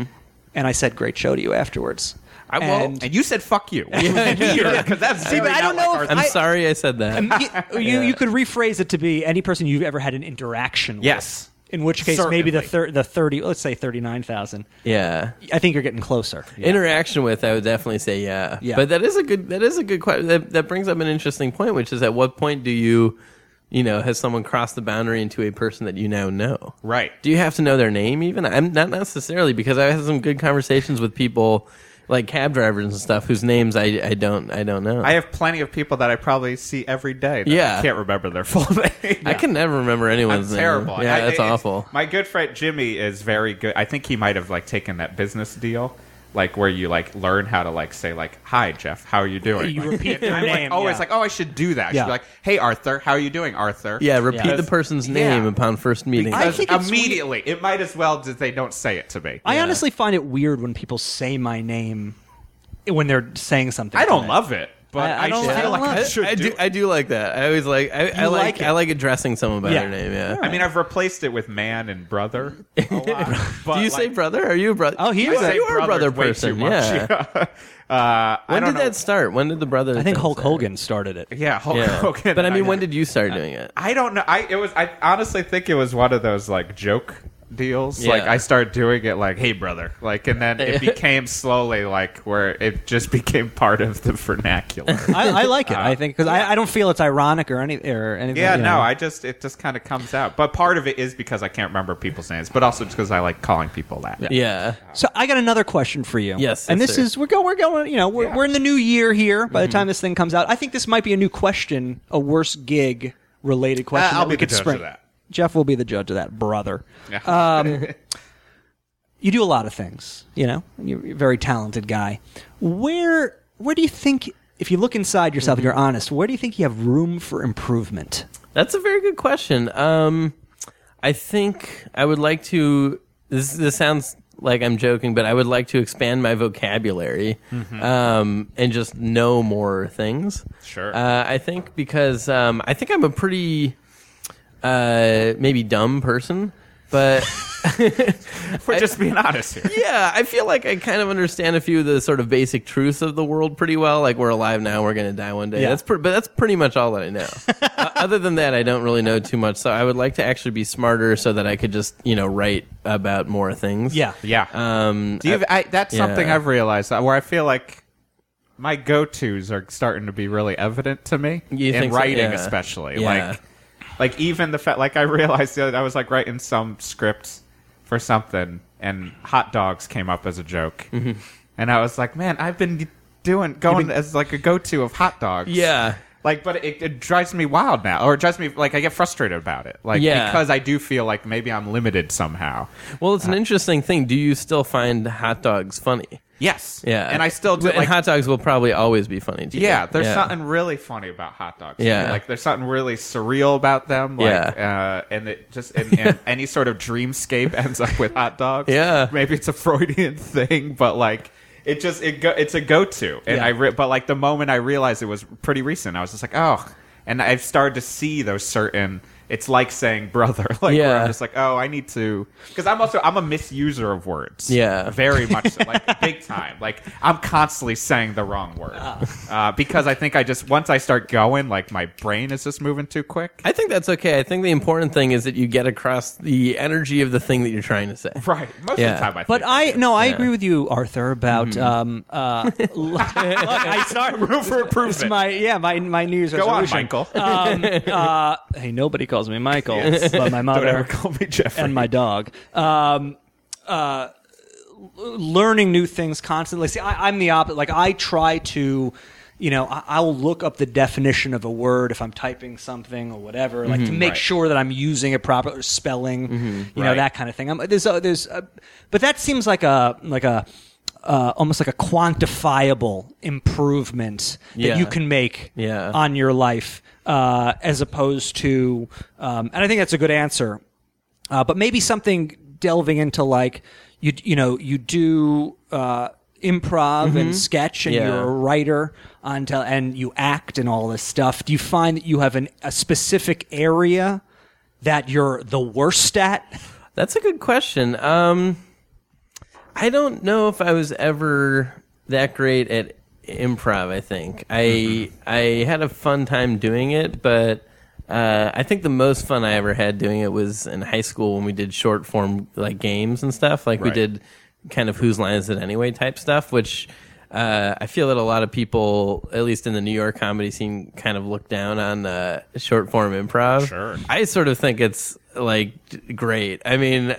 Speaker 4: And I said great show to you afterwards.
Speaker 3: I will.
Speaker 4: And-
Speaker 3: And, you said "fuck you," which was weird because that's
Speaker 4: See, but
Speaker 3: very
Speaker 4: I don't
Speaker 3: not
Speaker 4: know
Speaker 3: like
Speaker 4: if
Speaker 3: our
Speaker 6: I'm
Speaker 4: I-
Speaker 6: sorry I said that.
Speaker 4: you, um, you, you could rephrase it to be any person you've ever had an interaction with.
Speaker 3: Yes.
Speaker 4: In which case, maybe the thir-
Speaker 3: Certainly.
Speaker 4: the thirty, let's say thirty nine thousand.
Speaker 6: yeah.
Speaker 4: I think you're getting closer.
Speaker 6: Interaction with, I would definitely say yeah.
Speaker 4: Yeah.
Speaker 6: But that is a good. That is a good question. That, that brings up an interesting point, which is at what point do you, you know, has someone crossed the boundary into a person that you now know?
Speaker 3: Right.
Speaker 6: Do you have to know their name even? I'm not necessarily because I had some good conversations with people like cab drivers and stuff whose names I, I don't I don't know.
Speaker 3: I have plenty of people that I probably see every day. That
Speaker 6: Yeah.
Speaker 3: I can't remember their full name.
Speaker 6: I can never remember
Speaker 3: I'm
Speaker 6: anyone's name.
Speaker 3: terrible.
Speaker 6: Yeah,
Speaker 3: I-
Speaker 6: that's
Speaker 3: it's-
Speaker 6: awful.
Speaker 3: My good friend Jimmy is very good. I think he might have like taken that business deal. Like where you like learn how to like say like hi Jeff how are you doing
Speaker 4: You
Speaker 3: Like,
Speaker 4: repeat their
Speaker 3: I'm
Speaker 4: name,
Speaker 3: like always
Speaker 4: yeah.
Speaker 3: like oh I should do that I
Speaker 4: Yeah.
Speaker 3: should be like hey Arthur how are you doing Arthur
Speaker 6: Yeah, repeat
Speaker 4: Yeah.
Speaker 6: the person's
Speaker 3: Yeah.
Speaker 6: name upon first meeting.
Speaker 4: I
Speaker 3: I
Speaker 4: think
Speaker 3: think
Speaker 4: it's
Speaker 3: immediately it might as well that they don't say it to me
Speaker 4: I honestly find it weird when people say my name when they're saying something.
Speaker 3: I
Speaker 4: to
Speaker 3: don't
Speaker 4: me.
Speaker 3: love it but
Speaker 4: I- I
Speaker 3: I,
Speaker 4: don't-
Speaker 3: feel
Speaker 4: I don't
Speaker 3: like
Speaker 4: love
Speaker 3: I
Speaker 4: it.
Speaker 3: should
Speaker 6: I
Speaker 3: do,
Speaker 6: do, I do like that. I always like I, I like,
Speaker 4: like it.
Speaker 6: I like addressing someone by
Speaker 4: Yeah.
Speaker 6: their name. Yeah.
Speaker 3: I mean I've replaced it with man and brother a lot, but
Speaker 6: do you say
Speaker 3: like-
Speaker 6: brother? Are you a brother?
Speaker 4: Oh, he
Speaker 6: You
Speaker 4: is
Speaker 6: are-
Speaker 4: a
Speaker 6: you are a brother
Speaker 3: way too
Speaker 6: person.
Speaker 3: much,
Speaker 6: Yeah.
Speaker 3: yeah. Uh, I
Speaker 6: When
Speaker 3: don't
Speaker 6: did
Speaker 3: know.
Speaker 6: that start? When did the brother?
Speaker 4: I think
Speaker 6: thing
Speaker 4: Hulk
Speaker 6: start?
Speaker 4: Hogan started it.
Speaker 3: Yeah, Hulk
Speaker 6: Yeah.
Speaker 3: Hogan.
Speaker 6: But I mean, when did you start doing it?
Speaker 3: I don't know. I it was. I honestly think it was one of those like joke deals.
Speaker 6: Yeah.
Speaker 3: Like I started doing it like, "Hey, brother," like, and then it
Speaker 6: Yeah.
Speaker 3: became slowly like where it just became part of the vernacular.
Speaker 4: I, I like it. I think because I, I don't feel it's ironic or any or anything.
Speaker 3: yeah,
Speaker 4: you know.
Speaker 3: no, I just it just kind of comes out. But part of it is because I can't remember people's names, but also because I like calling people that.
Speaker 6: Yeah.
Speaker 4: So I got another question for you.
Speaker 6: Yes,
Speaker 4: and
Speaker 6: yes,
Speaker 4: this
Speaker 6: sir.
Speaker 4: is we're going we're going you know we're,
Speaker 3: Yeah.
Speaker 4: we're in the new year here. By the time this thing comes out, I think this might be a new question, a worse gig related question.
Speaker 3: I'll
Speaker 4: that we
Speaker 3: be the
Speaker 4: could
Speaker 3: judge of
Speaker 4: spring.
Speaker 3: that.
Speaker 4: Jeff will be the judge of that, brother. Um,
Speaker 3: Yeah.
Speaker 4: You do a lot of things, you know. You're a very talented guy. Where where do you think if you look inside yourself and you're honest, where do you think you have room for improvement?
Speaker 6: That's a very good question. Um, I think I would like to. This, this sounds like I'm joking, but I would like to expand my vocabulary um, and just know more things.
Speaker 3: Sure.
Speaker 6: Uh, I think because um, I think I'm a pretty uh, maybe dumb person, but.
Speaker 3: We're just being honest here.
Speaker 6: Yeah, I feel like I kind of understand a few of the sort of basic truths of the world pretty well. Like we're alive now, we're going to die one day.
Speaker 4: Yeah.
Speaker 6: That's pre- but that's pretty much all that I know. uh, other than that, I don't really know too much. So I would like to actually be smarter so that I could just you know write about more things.
Speaker 3: Yeah.
Speaker 6: Um.
Speaker 3: Do you, I, that's something
Speaker 6: yeah.
Speaker 3: I've realized uh, where I feel like my go tos are starting to be really evident to me
Speaker 6: You
Speaker 3: in
Speaker 6: think so?
Speaker 3: writing,
Speaker 6: Yeah.
Speaker 3: especially.
Speaker 6: Yeah.
Speaker 3: Like, like even the fact, like I realized the other, I was like writing some scripts for something, and hot dogs came up as a joke,
Speaker 6: Mm-hmm.
Speaker 3: and I was like, man, I've been doing going as like a go to of hot dogs.
Speaker 6: Yeah.
Speaker 3: Like, but it, it drives me wild now, or it drives me like I get frustrated about it, like
Speaker 6: Yeah.
Speaker 3: because I do feel like maybe I'm limited somehow.
Speaker 6: Well, it's an interesting thing. Do you still find hot dogs funny?
Speaker 3: Yes,
Speaker 6: Yeah.
Speaker 3: and I still do.
Speaker 6: And
Speaker 3: Like,
Speaker 6: hot dogs will probably always be funny to you.
Speaker 3: Yeah, there's something really funny about hot dogs. to me.
Speaker 6: Yeah.
Speaker 3: like there's something really surreal about them. Like,
Speaker 6: Yeah.
Speaker 3: uh, and it just and, and any sort of dreamscape ends up with hot dogs.
Speaker 6: Yeah.
Speaker 3: maybe it's a Freudian thing, but like it just it go, it's a go to. And
Speaker 6: Yeah.
Speaker 3: I re- but like the moment I realized it was pretty recent, I was just like, oh, and I've started to see those certain. It's like saying brother. Like where
Speaker 6: Yeah.
Speaker 3: I'm just like, oh, I need to because I'm also I'm a misuser of words.
Speaker 6: Yeah.
Speaker 3: very much so, like big time. Like I'm constantly saying the wrong word uh, because I think I just once I start going, like my brain is just moving too quick.
Speaker 6: I think that's okay. I think the important thing is that you get across the energy of the thing that you're trying to say.
Speaker 3: Right, most
Speaker 6: Yeah.
Speaker 3: of the time I.
Speaker 4: But
Speaker 3: think
Speaker 4: I no, I
Speaker 6: Yeah.
Speaker 4: agree with you, Arthur, about
Speaker 3: Mm-hmm.
Speaker 4: um uh look, look, I start
Speaker 3: room for
Speaker 4: It's
Speaker 3: improvement.
Speaker 4: my yeah, my my New Year's
Speaker 3: Go on,
Speaker 4: resolution.
Speaker 3: Michael.
Speaker 4: Um, uh, hey, nobody calls me Michael, but my mother
Speaker 3: Don't ever call me Jeffrey.
Speaker 4: and my dog. Um, uh, learning new things constantly. See, I, I'm the opposite. Like I try to, you know, I, I will look up the definition of a word if I'm typing something or whatever, like to make sure that I'm using it properly, or spelling, you know,
Speaker 3: Right.
Speaker 4: that kind of thing. I'm, there's a, there's, a, but that seems like a like a. Uh, almost like a quantifiable improvement that
Speaker 6: Yeah.
Speaker 4: you can make
Speaker 6: Yeah.
Speaker 4: on your life, uh, as opposed to, um, and I think that's a good answer uh, but maybe something delving into like you you know you do uh, improv and sketch and
Speaker 6: Mm-hmm. Yeah.
Speaker 4: you're a writer on tel- and you act and all this stuff do you find that you have an, a specific area that you're the worst at
Speaker 6: That's a good question. Um, I don't know if I was ever that great at improv. I think I
Speaker 3: Mm-hmm.
Speaker 6: I had a fun time doing it, but uh, I think the most fun I ever had doing it was in high school when we did short form like games and stuff. Like we
Speaker 3: Right.
Speaker 6: did kind of whose line is it anyway type stuff, which. Uh, I feel that a lot of people, at least in the New York comedy scene, kind of look down on uh, short form improv.
Speaker 3: Sure.
Speaker 6: I sort of think it's like d- great. I mean,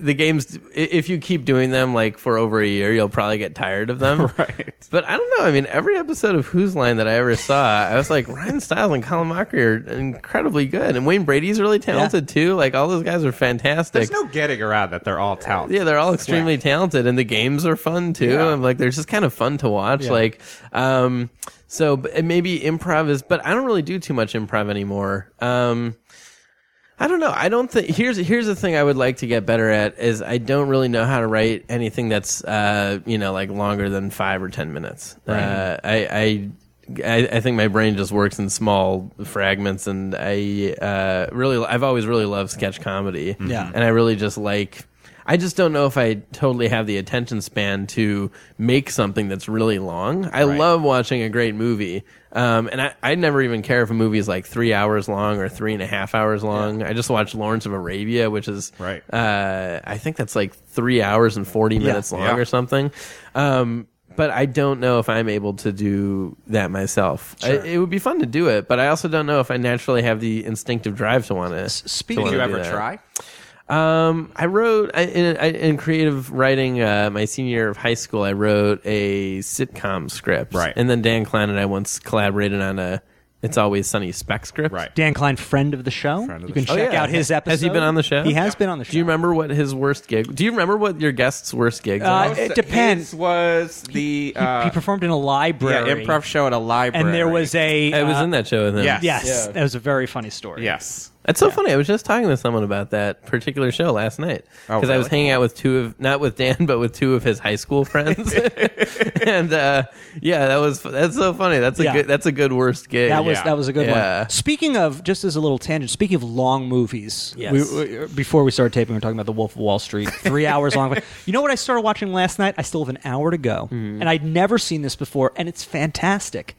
Speaker 6: the games, i- if you keep doing them like for over a year, you'll probably get tired of them.
Speaker 3: Right.
Speaker 6: But I don't know. I mean, every episode of Who's Line that I ever saw, I was like, Ryan Stiles and Colin Mockery are incredibly good. And Wayne Brady's really talented too. Like, all those guys are fantastic.
Speaker 3: There's no getting around that they're all talented.
Speaker 6: Yeah, they're all extremely talented, and the games are fun too.
Speaker 3: Yeah.
Speaker 6: And like, they're just kind of fun to watch. Like, um, so b- and maybe improv is, but I don't really do too much improv anymore. Um, I don't know. I don't think here's here's the thing I would like to get better at is I don't really know how to write anything that's uh you know like longer than five or ten minutes. Uh, I. I I, I think my brain just works in small fragments, and I uh, really, I've always really loved sketch comedy.
Speaker 4: Yeah.
Speaker 6: and I really just like. I just don't know if I totally have the attention span to make something that's really long. I love watching a great movie, um, and I, I never even care if a movie is like three hours long or three and a half hours long. I just watched Lawrence of Arabia, which is
Speaker 3: Right.
Speaker 6: uh, I think that's like three hours and forty minutes long
Speaker 3: Yeah.
Speaker 6: or something. Um, but I don't know if I'm able to do that myself. I, it would be fun to do it, but I also don't know if I naturally have the instinctive drive to want to.
Speaker 4: speaking
Speaker 3: Did you
Speaker 6: do
Speaker 3: ever
Speaker 6: that.
Speaker 3: try?
Speaker 6: Um, I wrote I, in, I, in creative writing uh, my senior year of high school. I wrote a sitcom script,
Speaker 3: Right.
Speaker 6: And then Dan Klein and I once collaborated on a It's Always Sunny spec script.
Speaker 3: Right.
Speaker 4: Dan Klein, friend of the show.
Speaker 3: Friend of
Speaker 4: you
Speaker 3: the
Speaker 4: can
Speaker 3: show.
Speaker 4: check
Speaker 6: Oh, yeah.
Speaker 4: out his episode.
Speaker 6: Has he been on the show?
Speaker 4: He has
Speaker 6: Yeah.
Speaker 4: been on the show.
Speaker 6: Do you remember what his worst gig? Do you remember what your guest's worst gigs
Speaker 4: Uh,
Speaker 6: are?
Speaker 4: it depends.
Speaker 3: His was the
Speaker 4: He-
Speaker 3: uh,
Speaker 4: he performed in a
Speaker 3: yeah,
Speaker 4: library.
Speaker 3: improv show at a library,
Speaker 4: And there was a.
Speaker 6: I was
Speaker 4: uh,
Speaker 6: in that show with him.
Speaker 3: Yeah.
Speaker 4: Yes,
Speaker 6: Yeah.
Speaker 4: that was a very funny story.
Speaker 3: yes.
Speaker 6: That's so funny. I was just talking to someone about that particular show last night because
Speaker 3: Oh,
Speaker 6: I
Speaker 3: really?
Speaker 6: was hanging out with two of not with Dan but with two of his high school friends, and uh, yeah, that was that's so funny. That's a
Speaker 4: Yeah.
Speaker 6: good that's a good worst gig.
Speaker 4: That was
Speaker 3: Yeah.
Speaker 4: that was a good
Speaker 6: Yeah.
Speaker 4: one. Speaking of, just as a little tangent, speaking of long movies,
Speaker 6: Yes.
Speaker 4: we, we- before we started taping, we were talking about The Wolf of Wall Street, three hours long. You know what I started watching last night? I still have an hour to go,
Speaker 6: Mm-hmm.
Speaker 4: and I'd never seen this before, and it's fantastic.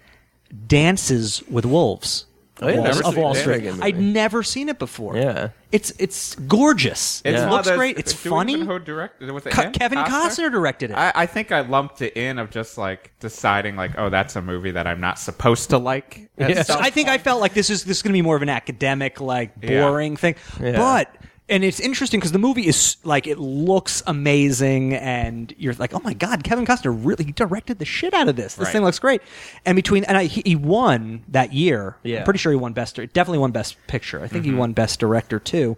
Speaker 4: Dances with Wolves.
Speaker 6: Oh, yeah,
Speaker 4: of
Speaker 6: never
Speaker 4: Wall- of
Speaker 6: seen
Speaker 4: Wall
Speaker 6: that.
Speaker 4: Street.
Speaker 6: Very good movie.
Speaker 4: I'd never seen it before.
Speaker 6: Yeah.
Speaker 4: it's it's gorgeous.
Speaker 3: It's
Speaker 4: It
Speaker 3: one
Speaker 4: looks
Speaker 3: of those-
Speaker 4: great. It's
Speaker 3: do we
Speaker 4: funny.
Speaker 3: even know Who directed? Was it
Speaker 4: Co-
Speaker 3: Ann
Speaker 4: Kevin Costner directed it.
Speaker 3: I, I think I lumped it in of just like deciding like, oh, that's a movie that I'm not supposed to like. at
Speaker 6: Yeah.
Speaker 3: some
Speaker 4: I think I felt like this is this is going to be more of an academic, like
Speaker 3: Yeah.
Speaker 4: boring thing. But and it's interesting because the movie is like it looks amazing, and you're like, oh my god, Kevin Costner really he directed the shit out of this. This
Speaker 3: Right.
Speaker 4: thing looks great. And between and I, he, he won that year.
Speaker 6: Yeah.
Speaker 4: I'm pretty sure he won best. Definitely won best picture. I think he won best director too.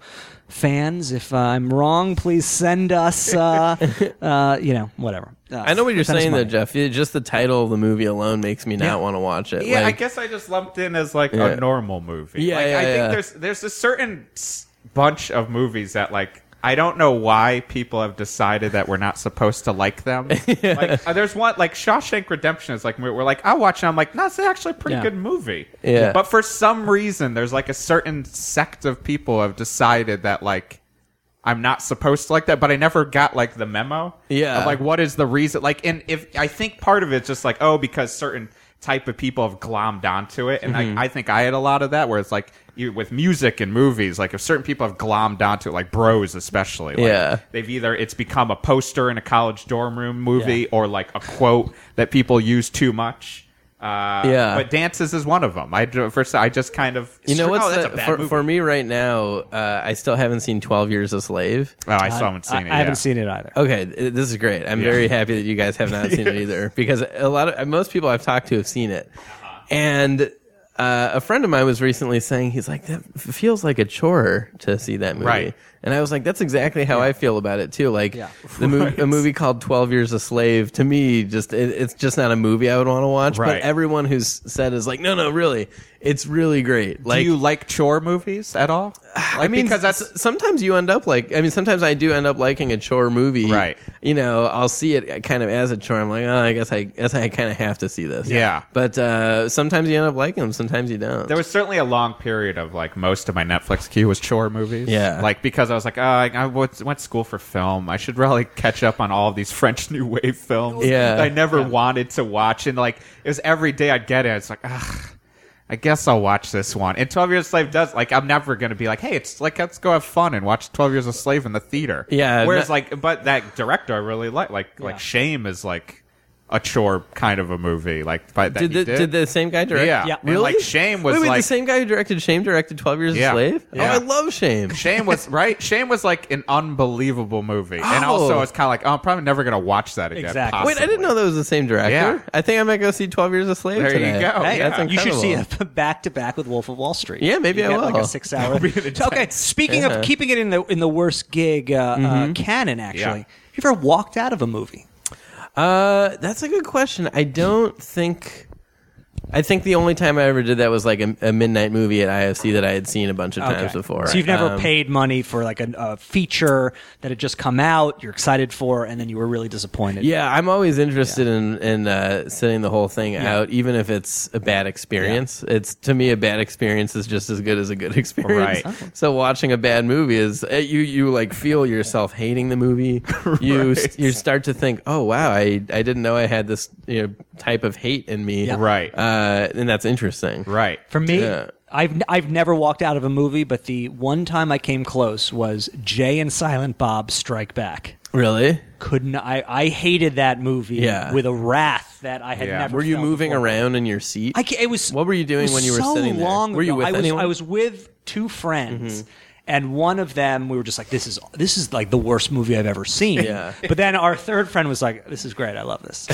Speaker 4: Fans, if uh, I'm wrong, please send us. Uh, uh, you know, whatever. Uh,
Speaker 6: I know what you're
Speaker 4: send us
Speaker 6: saying, though,
Speaker 4: money.
Speaker 6: Jeff. It- just the title of the movie alone makes me not
Speaker 4: Yeah.
Speaker 6: want to watch it.
Speaker 3: Yeah, I
Speaker 6: Like,
Speaker 3: guess I just lumped in as like
Speaker 6: Yeah.
Speaker 3: a normal movie.
Speaker 6: Yeah,
Speaker 3: like,
Speaker 6: yeah,
Speaker 3: I think
Speaker 6: yeah.
Speaker 3: there's there's a certain s- bunch of movies that like I don't know why people have decided that we're not supposed to like them. Like uh, there's one like Shawshank Redemption is like we're we're like I watch it I'm like no, it's actually a pretty
Speaker 4: Yeah.
Speaker 3: good movie.
Speaker 6: Yeah.
Speaker 3: But for some reason there's like a certain sect of people have decided that like I'm not supposed to like that, but I never got like the memo.
Speaker 6: Yeah.
Speaker 3: Of, like what is the reason? Like, and if I think part of it's just like, oh, because certain type of people have glommed onto it, and
Speaker 6: Mm-hmm.
Speaker 3: I, I think I had a lot of that where it's like you, with music and movies, like if certain people have glommed onto it, like bros especially, like,
Speaker 6: Yeah.
Speaker 3: they've either it's become a poster in a college dorm room movie or like a quote that people use too much. Uh,
Speaker 6: Yeah.
Speaker 3: but dances is one of them. I ju- first I just kind of
Speaker 6: you know
Speaker 3: oh,
Speaker 6: what's
Speaker 3: that's
Speaker 6: the-
Speaker 3: a bad
Speaker 6: for,
Speaker 3: movie.
Speaker 6: for me right now? Uh, I still haven't seen Twelve Years a Slave.
Speaker 3: Oh, I still haven't seen
Speaker 4: I,
Speaker 3: it.
Speaker 4: I haven't
Speaker 3: yeah.
Speaker 4: seen it either.
Speaker 6: Okay, th- this is great. I'm very happy that you guys have not seen it either because a lot of most people I've talked to have seen it,
Speaker 3: Uh-huh.
Speaker 6: and uh, a friend of mine was recently saying he's like that f- feels like a chore to see that movie,
Speaker 3: Right.
Speaker 6: and I was like that's exactly how I feel about it too. Like the mov- a movie called Twelve Years a Slave to me just it, it's just not a movie I would want to watch.
Speaker 3: Right.
Speaker 6: But everyone who's said is like no no really it's really great. Like
Speaker 3: Do you like chore movies at all?
Speaker 6: I mean,
Speaker 3: because
Speaker 6: because
Speaker 3: that's
Speaker 6: sometimes you end up like. I mean, sometimes I do end up liking a chore movie.
Speaker 3: Right.
Speaker 6: You know, I'll see it kind of as a chore. I'm like, oh, I guess I guess I kind of have to see this.
Speaker 3: Yeah.
Speaker 6: But uh, sometimes you end up liking them. Sometimes you don't.
Speaker 3: there was certainly a long period of like most of my Netflix queue was chore movies.
Speaker 6: Yeah.
Speaker 3: like because I was like, oh, I, I went went to school for film. I should really catch up on all of these French New Wave films.
Speaker 6: Yeah.
Speaker 3: that I never wanted to watch, and like it was every day I'd get it. It's like, ugh. I guess I'll watch this one. And Twelve Years a Slave does like I'm never gonna be like, hey, it's like let's go have fun and watch Twelve Years a Slave in the theater.
Speaker 6: Yeah,
Speaker 3: Whereas
Speaker 6: no-
Speaker 3: like, but that director I really like, like like Shame is like a chore kind of a movie. Like by that
Speaker 6: Did
Speaker 3: he
Speaker 6: the, did. the same guy direct?
Speaker 3: Yeah. Yeah. And,
Speaker 6: Really?
Speaker 3: like, Shame was
Speaker 6: wait, wait, the
Speaker 3: like-
Speaker 6: same guy who directed Shame directed Twelve Years
Speaker 3: Yeah.
Speaker 6: a Slave.
Speaker 3: Yeah.
Speaker 6: Oh, I love Shame.
Speaker 3: Shame was right. Shame was like an unbelievable movie, and also I was kind of like, oh, I'm probably never gonna watch that again.
Speaker 4: Exactly.
Speaker 6: Wait, I didn't know that was the same director.
Speaker 3: Yeah.
Speaker 6: I think I might go see Twelve Years a Slave.
Speaker 3: There you
Speaker 6: today.
Speaker 3: go. Hey,
Speaker 6: That's
Speaker 3: yeah.
Speaker 6: incredible.
Speaker 4: You should see it back to back with Wolf of Wall Street.
Speaker 6: Yeah, maybe
Speaker 4: You
Speaker 6: I
Speaker 4: get, Like
Speaker 6: will.
Speaker 4: a six hour. okay, speaking
Speaker 6: Yeah. Mm-hmm.
Speaker 4: of keeping it in the in the worst gig uh, uh, canon, actually,
Speaker 3: Yeah.
Speaker 4: have you ever walked out of a movie?
Speaker 6: Uh, that's a good question. I don't think. I think the only time I ever did that was like a, a midnight movie at IFC that I had seen a bunch of times before.
Speaker 4: So you've never
Speaker 6: Um,
Speaker 4: paid money for like a, a feature that had just come out, you're excited for, and then you were really disappointed.
Speaker 6: Yeah, I'm always interested in in uh, sitting the whole thing out, even if it's a bad experience. It's to me a bad experience is just as good as a good experience.
Speaker 3: Right.
Speaker 6: So watching a bad movie is uh, you you like feel yourself hating the movie. You s you start to think, oh wow, I I didn't know I had this you know, type of hate in me.
Speaker 4: Yeah.
Speaker 3: Right.
Speaker 6: uh, and that's interesting.
Speaker 3: Right.
Speaker 4: For me,
Speaker 6: Yeah.
Speaker 4: I've I've never walked out of a movie, but the one time I came close was Jay and Silent Bob Strike Back.
Speaker 6: Really?
Speaker 4: Couldn't I? I hated that movie
Speaker 6: Yeah.
Speaker 4: with a wrath that I had
Speaker 3: Yeah.
Speaker 4: never.
Speaker 6: Were you
Speaker 4: felt
Speaker 6: moving
Speaker 4: before.
Speaker 6: around in your seat?
Speaker 4: I ca- it was.
Speaker 6: What were you doing
Speaker 4: it was
Speaker 6: when you were
Speaker 4: so
Speaker 6: sitting there?
Speaker 4: Long
Speaker 6: Were you
Speaker 4: ago.
Speaker 6: with
Speaker 4: I was,
Speaker 6: anyone? Mm-hmm.
Speaker 4: I was with two friends. And one of them, we were just like, "This is this is like the worst movie I've ever seen."
Speaker 6: Yeah.
Speaker 4: But then our third friend was like, "This is great. I love this."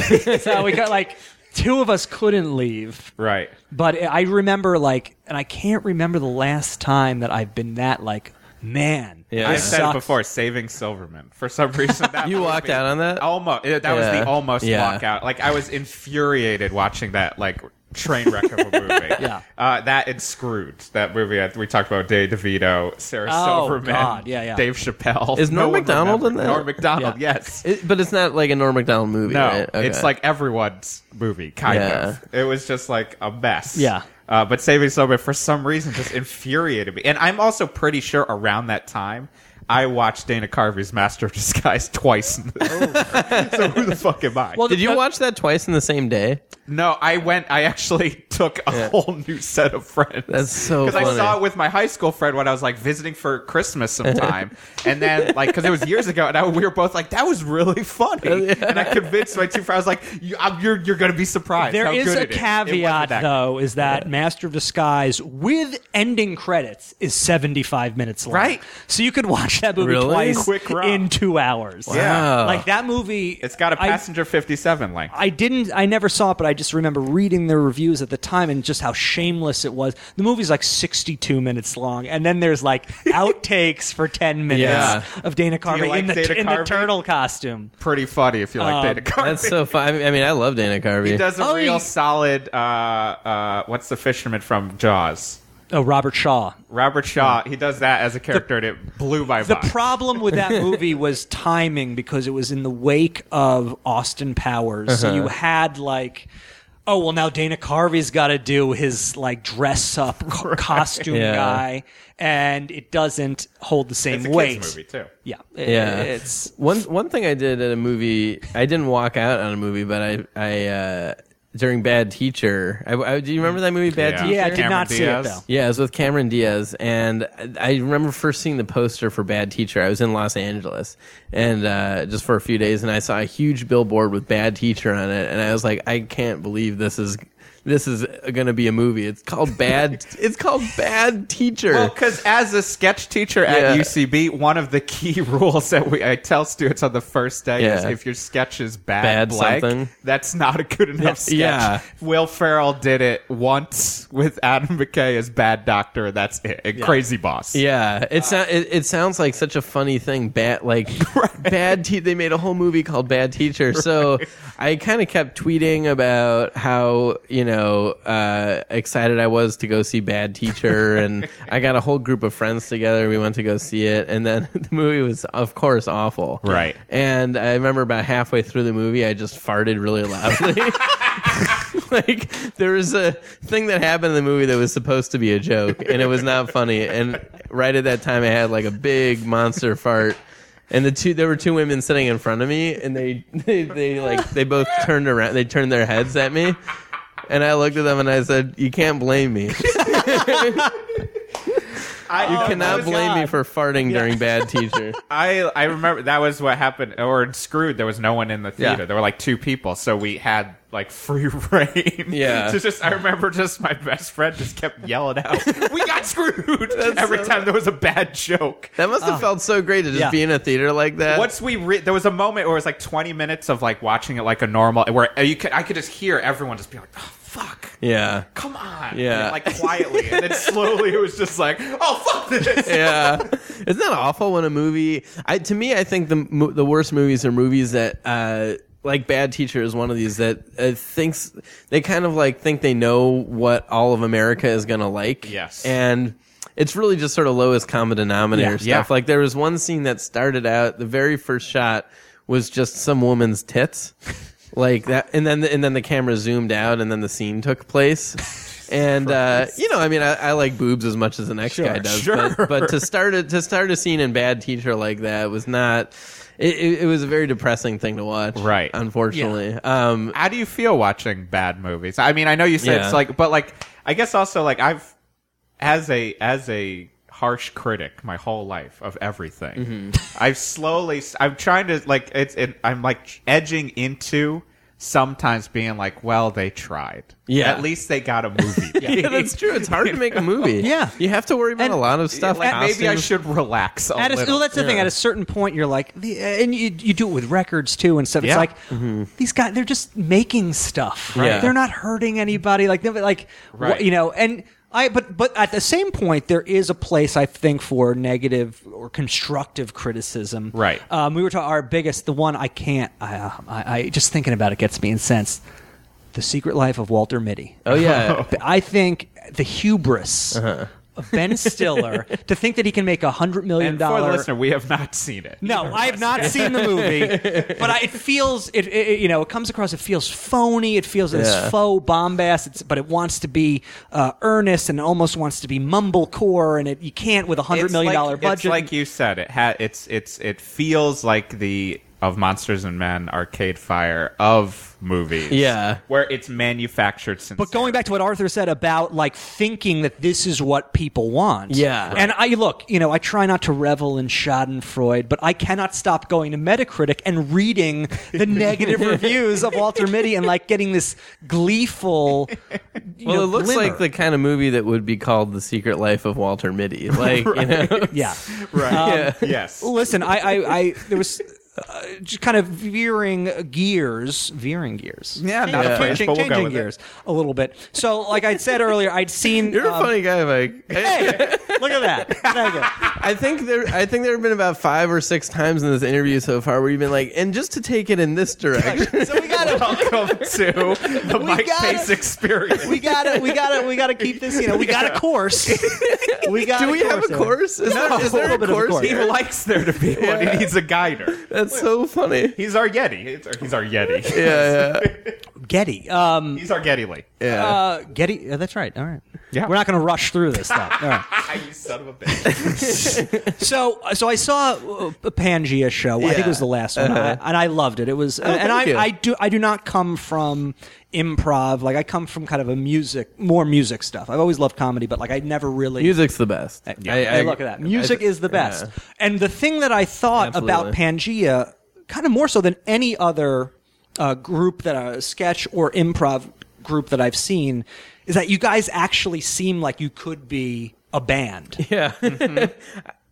Speaker 4: so we got like two of us couldn't leave.
Speaker 3: Right.
Speaker 4: But I remember like, and I can't remember the last time that I've been that like, man.
Speaker 6: Yeah.
Speaker 3: I've
Speaker 4: this
Speaker 3: said it
Speaker 4: sucks.
Speaker 3: before. Saving Silverman. For some reason, that
Speaker 6: You walked
Speaker 3: movie-
Speaker 6: out on that?
Speaker 3: Almost. That was
Speaker 6: Yeah.
Speaker 3: the almost
Speaker 6: Yeah.
Speaker 3: walkout. Like I was infuriated watching that like train wreck of a movie.
Speaker 4: Yeah.
Speaker 3: Uh, that and Screwed. That movie that we talked about. Dave DeVito, Sarah
Speaker 4: Oh,
Speaker 3: Silverman,
Speaker 4: God. Yeah, yeah.
Speaker 3: Dave Chappelle.
Speaker 6: Is Norm
Speaker 3: one
Speaker 6: Macdonald
Speaker 3: remembered.
Speaker 6: in that?
Speaker 3: Norm Macdonald.
Speaker 4: Yeah.
Speaker 3: Yes.
Speaker 6: It- but it's not like a Norm Macdonald movie.
Speaker 3: No,
Speaker 6: right? Okay.
Speaker 3: it's like everyone's movie, kind
Speaker 6: Yeah.
Speaker 3: of. It was just like a mess.
Speaker 4: Yeah.
Speaker 3: Uh, but Saving Silverman, for some reason, just infuriated me. And I'm also pretty sure around that time, I watched Dana Carvey's Master of Disguise twice. in the- so who the fuck am I?
Speaker 6: Did you watch that twice in the same day?
Speaker 3: no, I went. I actually took a whole new set of friends.
Speaker 6: That's so
Speaker 3: Because I
Speaker 6: funny.
Speaker 3: saw it with my high school friend when I was like visiting for Christmas sometime, and then like because it was years ago, and I, we were both like, "That was really funny," and I convinced my two friends I was like, you, I'm, "You're you're gonna be surprised."
Speaker 4: There
Speaker 3: how
Speaker 4: is
Speaker 3: good
Speaker 4: a
Speaker 3: it It wasn't
Speaker 4: caveat,
Speaker 3: that-
Speaker 4: though, is that Master of Disguise with ending credits is 75 minutes long.
Speaker 3: Right.
Speaker 4: So you could watch that movie
Speaker 6: Really?
Speaker 4: twice
Speaker 3: Quick romp.
Speaker 4: in two hours.
Speaker 3: Yeah.
Speaker 6: Oh,
Speaker 4: Like that movie.
Speaker 3: It's got a
Speaker 4: I-
Speaker 3: passenger 57 length.
Speaker 4: I didn't. I never saw it, but I just remember reading the reviews at the time and just how shameless it was. The movie's like 62 minutes long, and then there's like outtakes for 10 minutes
Speaker 6: Yeah.
Speaker 4: of Dana Carvey
Speaker 3: like
Speaker 4: in, the,
Speaker 3: Dana
Speaker 4: in the
Speaker 3: Carvey?
Speaker 4: turtle costume.
Speaker 3: Pretty funny if you like Dana Carvey.
Speaker 6: That's so funny. I mean, I love Dana Carvey.
Speaker 3: he does a
Speaker 4: Oh,
Speaker 3: real
Speaker 4: he-
Speaker 3: solid. Uh, uh, what's the fisherman from Jaws?
Speaker 4: Oh, Robert Shaw.
Speaker 3: Robert Shaw. He does that as a character, and it blew my
Speaker 4: The
Speaker 3: mind.
Speaker 4: problem with that movie was timing because it was in the wake of Austin Powers. So
Speaker 3: Uh-huh.
Speaker 4: you had like, oh well, now Dana Carvey's got to do his like dress up co- costume
Speaker 6: Yeah.
Speaker 4: guy, and it doesn't hold the same
Speaker 3: it's a
Speaker 4: weight.
Speaker 3: kids movie too.
Speaker 4: Yeah,
Speaker 6: Yeah.
Speaker 4: It's
Speaker 6: One one thing I did at a movie, I didn't walk out on a movie, but I I uh, during Bad Teacher. I, I- do you remember that movie, Bad
Speaker 3: Yeah.
Speaker 6: Teacher?
Speaker 4: yeah. I did
Speaker 3: Cameron
Speaker 4: not see it
Speaker 3: Diaz.
Speaker 4: though.
Speaker 6: Yeah, it was with Cameron Diaz, and I- I remember first seeing the poster for Bad Teacher. I was in Los Angeles, and uh, just for a few days, and I saw a huge billboard with Bad Teacher on it, and I was like, I can't believe this is this is going to be a movie. It's called Bad. it's called Bad Teacher.
Speaker 3: Well, because as a sketch teacher at
Speaker 6: Yeah.
Speaker 3: UCB, one of the key rules that we I tell students on the first day is
Speaker 6: Yeah.
Speaker 3: if your sketch is bad,
Speaker 6: Bad
Speaker 3: blank,
Speaker 6: something.
Speaker 3: that's not a good enough sketch.
Speaker 6: Yeah.
Speaker 3: Will Ferrell did it once with Adam McKay as Bad Doctor. That's it. And Crazy Boss.
Speaker 6: Yeah, it, sou- it it sounds like such a funny thing. Bad like bad. Te- they made a whole movie called Bad Teacher. So I kind of kept tweeting about how you know uh, excited I was to go see Bad Teacher, and I got a whole group of friends together. We went to go see it, and then the movie was of course awful.
Speaker 3: Right.
Speaker 6: And I remember about halfway through the movie, I just farted really loudly. like there was a thing that happened in the movie that was supposed to be a joke and it was not funny and right at that time i had like a big monster fart and the two there were two women sitting in front of me and they they, they like they both turned around they turned their heads at me and i looked at them and i said you can't blame me
Speaker 3: I, you
Speaker 6: cannot blame me for farting during bad teacher
Speaker 3: I I remember that was what happened. Or in Screwed, there was no one in the theater.
Speaker 6: Yeah.
Speaker 3: There were like two people, so we had like free reign.
Speaker 6: Yeah.
Speaker 3: to just I remember just my best friend just kept yelling out, "We got screwed!" every time there was a bad joke.
Speaker 6: that must have felt so great to just
Speaker 4: Yeah.
Speaker 6: be in a theater like that
Speaker 3: Once we re- there was a moment where it was like twenty minutes of like watching it like a normal where uh, you could I could just hear everyone just be like, "Oh fuck."
Speaker 6: yeah
Speaker 3: Come on,
Speaker 6: Yeah.
Speaker 3: And, like quietly, and then slowly it was just like, "Oh fuck this!"
Speaker 6: yeah, isn't that awful when a movie? I to me, I think the mo- the worst movies are movies that uh, like Bad Teacher is one of these that uh, thinks they kind of like think they know what all of America is gonna like.
Speaker 3: Yes.
Speaker 6: and. It's really just sort of lowest common denominator
Speaker 3: Yeah,
Speaker 6: stuff.
Speaker 3: yeah.
Speaker 6: Like there was one scene that started out the very first shot was just some woman's tits, like that, and then and then the camera zoomed out, and then the scene took place. And uh, you know, I mean, I, I like boobs as much as the next guy does, but, but to start a, to start a scene in Bad Teacher like that was not. It, it, it was a very depressing thing to watch,
Speaker 3: Right.
Speaker 6: Unfortunately, um,
Speaker 3: how do you feel watching bad movies? I mean, I know you said
Speaker 6: Yeah.
Speaker 3: it's like, but like, I guess also like I've as a as a harsh critic my whole life of everything.
Speaker 6: Mm-hmm.
Speaker 3: I've slowly, I'm trying to like it's. It, I'm like edging into sometimes being like, well, they tried.
Speaker 6: Yeah.
Speaker 3: At least they got a movie.
Speaker 6: Yeah, that's true. It's hard to make a movie.
Speaker 4: Yeah.
Speaker 6: you have to worry about
Speaker 4: And-
Speaker 6: a lot of stuff.
Speaker 3: Like, maybe I
Speaker 6: costumes.
Speaker 3: should relax a
Speaker 4: At a,
Speaker 3: little.
Speaker 4: well, that's the thing. At a certain point, you're like, the, uh, and you, you do it with records too and stuff.
Speaker 3: Yeah.
Speaker 4: It's like these guys, they're just making stuff. Right?
Speaker 6: Yeah.
Speaker 4: They're not hurting anybody. Like, they're like, wha-
Speaker 3: Right.
Speaker 4: you know, and. I, but but at the same point, there is a place I think for negative or constructive criticism.
Speaker 3: Right.
Speaker 4: Um, we were talking our biggest, the one I can't. I, uh, I, I just thinking about it gets me incensed. The Secret Life of Walter Mitty.
Speaker 6: Oh yeah,
Speaker 4: But I think the hubris
Speaker 3: Uh-huh.
Speaker 4: of Ben Stiller to think that he can make a hundred million
Speaker 3: and for the
Speaker 4: dollar.
Speaker 3: listener, we have not seen it.
Speaker 4: No, I have not seen the movie, but I, it feels it, it. You know, it comes across. It feels phony. It feels
Speaker 6: Yeah.
Speaker 4: this faux bombast. It's, but it wants to be uh, earnest and almost wants to be mumblecore. And it you can't with a hundred
Speaker 3: It's
Speaker 4: million
Speaker 3: like-
Speaker 4: dollar budget.
Speaker 3: It's like you said, it ha- it's it's it feels like the of Monsters and Men arcade fire of movies.
Speaker 6: Yeah.
Speaker 3: Where it's manufactured since
Speaker 4: But going back to what Arthur said about like thinking that this is what people want.
Speaker 6: Yeah. Right.
Speaker 4: And I look, you know, I try not to revel in Schadenfreude, but I cannot stop going to Metacritic and reading the negative reviews of Walter Mitty and like getting this gleeful. you
Speaker 6: Well,
Speaker 4: know,
Speaker 6: it looks
Speaker 4: glimmer.
Speaker 6: like the kind of movie that would be called "The Secret Life of Walter Mitty." Like, you know,
Speaker 4: Yeah.
Speaker 3: Right.
Speaker 6: Yeah.
Speaker 3: yes.
Speaker 4: Listen, I, I, I there was. Uh, just kind of veering gears, veering gears.
Speaker 3: Yeah, not a place,
Speaker 4: changing,
Speaker 3: but we'll go
Speaker 4: changing
Speaker 3: with it.
Speaker 4: gears a little bit. So, like I said earlier, I'd seen.
Speaker 6: you're a
Speaker 4: um,
Speaker 6: funny guy, Mike.
Speaker 4: Hey, look at that. Thank you.
Speaker 6: I think there, I think there have been about five or six times in this interview so far where you've been like, and just to take it in this direction.
Speaker 4: So we gotta,
Speaker 3: Welcome to the Mike
Speaker 4: gotta-
Speaker 3: Pace experience.
Speaker 4: we gotta, we gotta, we gotta keep this. You know, we got a course. We got.
Speaker 6: Do we have a course? Is, there,
Speaker 4: a
Speaker 6: is there
Speaker 4: little
Speaker 6: a
Speaker 4: bit of a
Speaker 6: course?
Speaker 4: course.
Speaker 3: he
Speaker 6: here?
Speaker 3: likes there to be one. He needs a guider.
Speaker 6: That's so funny.
Speaker 3: He's our Yeti. It's- He's our Yeti.
Speaker 6: Yeah, yeah,
Speaker 4: Getty. Um,
Speaker 3: He's our Getty Lee.
Speaker 6: yeah.
Speaker 4: uh, Getty. uh, that's right. All right.
Speaker 3: Yeah.
Speaker 4: We're not gonna rush through this stuff. All right.
Speaker 3: you son of a bitch.
Speaker 4: So, so I saw uh, a Pangea show. I think it was the last one, I, and I loved it. It was, and
Speaker 6: Uh-huh. Oh, thank you.
Speaker 4: I, I do, I do not come from improv. Like I come from kind of a music, more music stuff. I've always loved comedy, but like I never really
Speaker 6: Music's the best. I-
Speaker 4: Hey,
Speaker 6: I-
Speaker 4: look at that.
Speaker 6: I-
Speaker 4: Music is the best.
Speaker 6: yeah.
Speaker 4: And the thing that I thought about Pangea, kind of more so than any other uh, group that a sketch or improv group that I've seen, is that you guys actually seem like you could be a band.
Speaker 6: Yeah,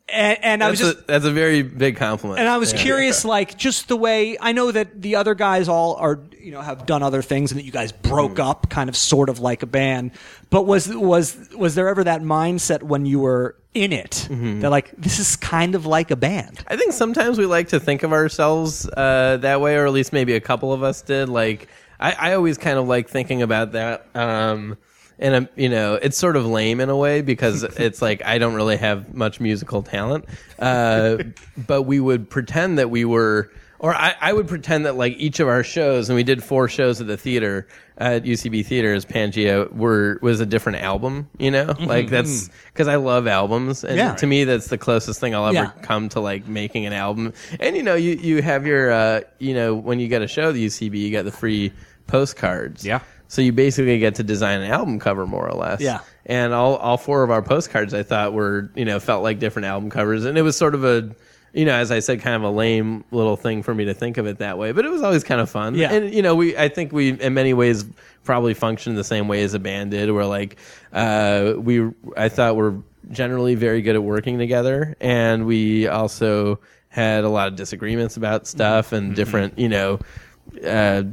Speaker 4: And, and I was
Speaker 6: that's,
Speaker 4: just.
Speaker 6: a, that's a very big compliment.
Speaker 4: and I was curious, like just the way I know that the other guys all are, you know, have done other things, and that you guys broke
Speaker 6: Mm.
Speaker 4: up, kind of, sort of like a band. But was was was there ever that mindset when you were in it
Speaker 6: Mm-hmm.
Speaker 4: that like this is kind of like a band?
Speaker 6: I think sometimes we like to think of ourselves uh, that way, or at least maybe a couple of us did. Like I, I always kind of like thinking about that, um, and um, you know, it's sort of lame in a way because it's like I don't really have much musical talent, uh, but we would pretend that we were. Or I, I would pretend that like each of our shows, and we did four shows at the theater at UCB Theater as Pangea were was a different album, you know, like that's because I love albums, and
Speaker 4: Yeah.
Speaker 6: to me that's the closest thing I'll ever
Speaker 4: Yeah.
Speaker 6: come to like making an album. And you know, you you have your uh, you know, when you get a show at the UCB, you get the free postcards.
Speaker 3: Yeah.
Speaker 6: So you basically get to design an album cover more or less.
Speaker 4: Yeah.
Speaker 6: And all all four of our postcards I thought were, you know, felt like different album covers and it was sort of a you know, as I said, kind of a lame little thing for me to think of it that way, but it was always kind of fun.
Speaker 4: Yeah.
Speaker 6: And you know, we I think we in many ways probably functioned the same way as a band did. Where like uh, we, I thought we're generally very good at working together, and we also had a lot of disagreements about stuff and different, you know. Uh,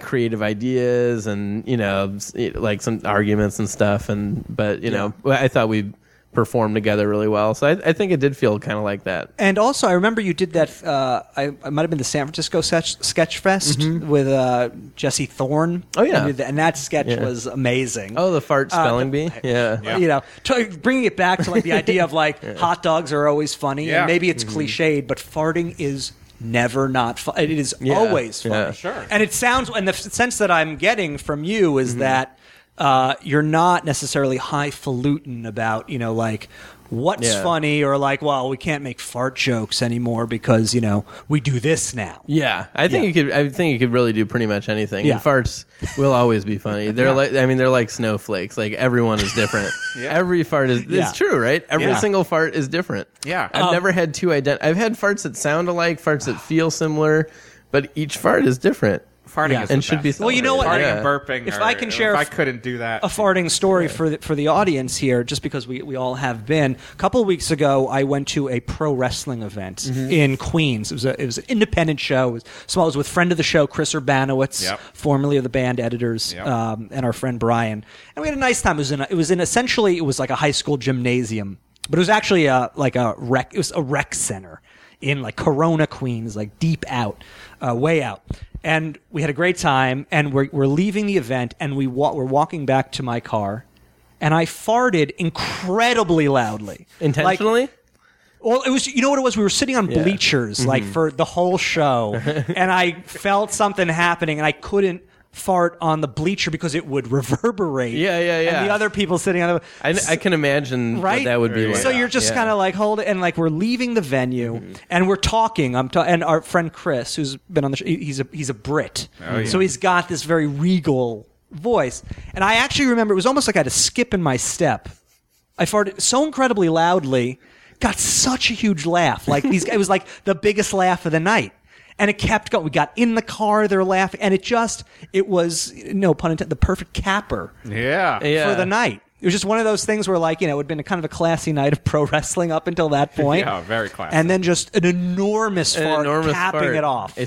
Speaker 6: creative ideas and you know s- it- like some arguments and stuff and but you know well, i thought we performed together really well so i, I think it did feel kind of like that
Speaker 4: And also, I remember you did that. Uh, I, I might have been the San Francisco Sketch, sketch Fest with uh, Jesse Thorne.
Speaker 6: Mm-hmm. Oh, yeah.
Speaker 4: And you did that- and that sketch was amazing.
Speaker 6: oh the fart spelling bee yeah
Speaker 4: you know, t- bringing it back to like the idea of like hot dogs are always funny,
Speaker 3: Yeah.
Speaker 4: and maybe it's
Speaker 6: Mm-hmm.
Speaker 4: cliched, but farting is never not fun. It is
Speaker 6: Yeah.
Speaker 4: always funny.
Speaker 6: Yeah. Sure.
Speaker 4: And it sounds, and the f- sense that I'm getting from you is
Speaker 6: Mm-hmm.
Speaker 4: that uh, you're not necessarily highfalutin about, you know, like. What's
Speaker 6: Yeah.
Speaker 4: funny, or like, well, we can't make fart jokes anymore because you know we do this now.
Speaker 6: Yeah, I think you could. I think you could really do pretty much anything.
Speaker 4: Yeah.
Speaker 6: And farts will always be funny. They're like, I mean, they're like snowflakes. Like everyone is different. Every fart is.
Speaker 4: Yeah. Um,
Speaker 6: It's true, right? Every
Speaker 3: Yeah.
Speaker 6: single fart is different.
Speaker 3: Yeah.
Speaker 6: I've never had two ident. I've had farts that sound alike, farts that feel similar, but each fart is different.
Speaker 3: farting
Speaker 4: Yeah.
Speaker 3: is
Speaker 6: And
Speaker 3: the
Speaker 6: should
Speaker 3: best.
Speaker 6: be
Speaker 3: though.
Speaker 6: Well,
Speaker 4: you know what?
Speaker 3: Farting
Speaker 6: Yeah.
Speaker 3: and burping.
Speaker 4: If
Speaker 3: are-
Speaker 4: I can share
Speaker 3: if
Speaker 4: a
Speaker 3: I
Speaker 4: f-
Speaker 3: couldn't do that.
Speaker 4: a farting story for the, for the audience here, just because we, we all have been. A couple weeks ago, I went to a pro wrestling event in Queens. It was a, it was an independent show. It was, so I was with friend of the show Chris Urbanowitz,
Speaker 3: Yep.
Speaker 4: formerly of the band editors,
Speaker 3: Yep.
Speaker 4: um, and our friend Brian, and we had a nice time. It was in a, it was in essentially it was like a high school gymnasium, but it was actually a like a rec it was a rec center in like Corona, Queens, like deep out, uh, way out. And we had a great time, and we're, we're leaving the event, and we wa- we're walking back to my car, and I farted incredibly loudly. Like,
Speaker 6: intentionally.
Speaker 4: well, it was you know what it was. We were sitting on bleachers like
Speaker 6: Mm-hmm.
Speaker 4: for the whole show, and I felt something happening, and I couldn't fart on the bleacher because it would reverberate.
Speaker 6: Yeah, yeah, yeah.
Speaker 4: And the other people sitting on the
Speaker 6: I, I can imagine
Speaker 4: right
Speaker 6: what that would be. like.
Speaker 4: so you're just
Speaker 6: Yeah.
Speaker 4: kind of like hold it and like we're leaving the venue and we're talking i'm ta- and our friend chris who's been on the show he- he's a he's a brit so he's got this very regal voice and i actually remember it was almost like i had a skip in my step i farted so incredibly loudly got such a huge laugh like these it was like the biggest laugh of the night and it kept going. We got in the car, they're laughing, and it just—it was no pun intended—the perfect capper
Speaker 3: yeah.
Speaker 6: Yeah.
Speaker 4: for the night. It was just one of those things where, like, you know, it had been a kind of a classy night of pro wrestling up until that point.
Speaker 3: Yeah, very classy.
Speaker 4: And then just an enormous
Speaker 6: An
Speaker 4: fart
Speaker 6: enormous
Speaker 4: capping
Speaker 6: fart.
Speaker 4: it off.
Speaker 6: A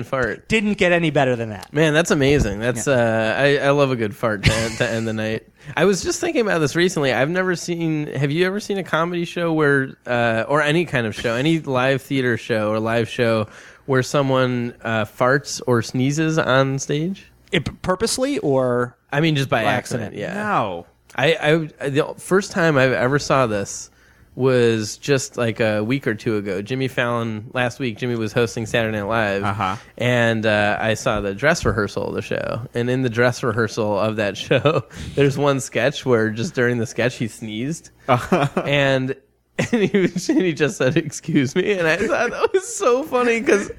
Speaker 4: It- it
Speaker 6: fart.
Speaker 4: Didn't get any better than that.
Speaker 6: Man, that's amazing. That's uh, I, I love a good fart to, to end the night. I was just thinking about this recently. I've never seen. Have you ever seen a comedy show where, uh, or any kind of show, any live theater show or live show where someone uh, farts or sneezes on stage?
Speaker 4: It, purposely or
Speaker 6: I mean, just by
Speaker 4: By
Speaker 6: accident.
Speaker 4: accident.
Speaker 6: Yeah.
Speaker 3: No.
Speaker 6: I, I the first time I ever saw this was just like a week or two ago. Jimmy Fallon last week. Jimmy was hosting Saturday Night Live,
Speaker 3: Uh-huh.
Speaker 6: and uh, I saw the dress rehearsal of the show. And in the dress rehearsal of that show, there's one sketch where just during the sketch he sneezed,
Speaker 3: Uh-huh.
Speaker 6: and. And he, was, and he just said, "Excuse me," and I thought that was so funny because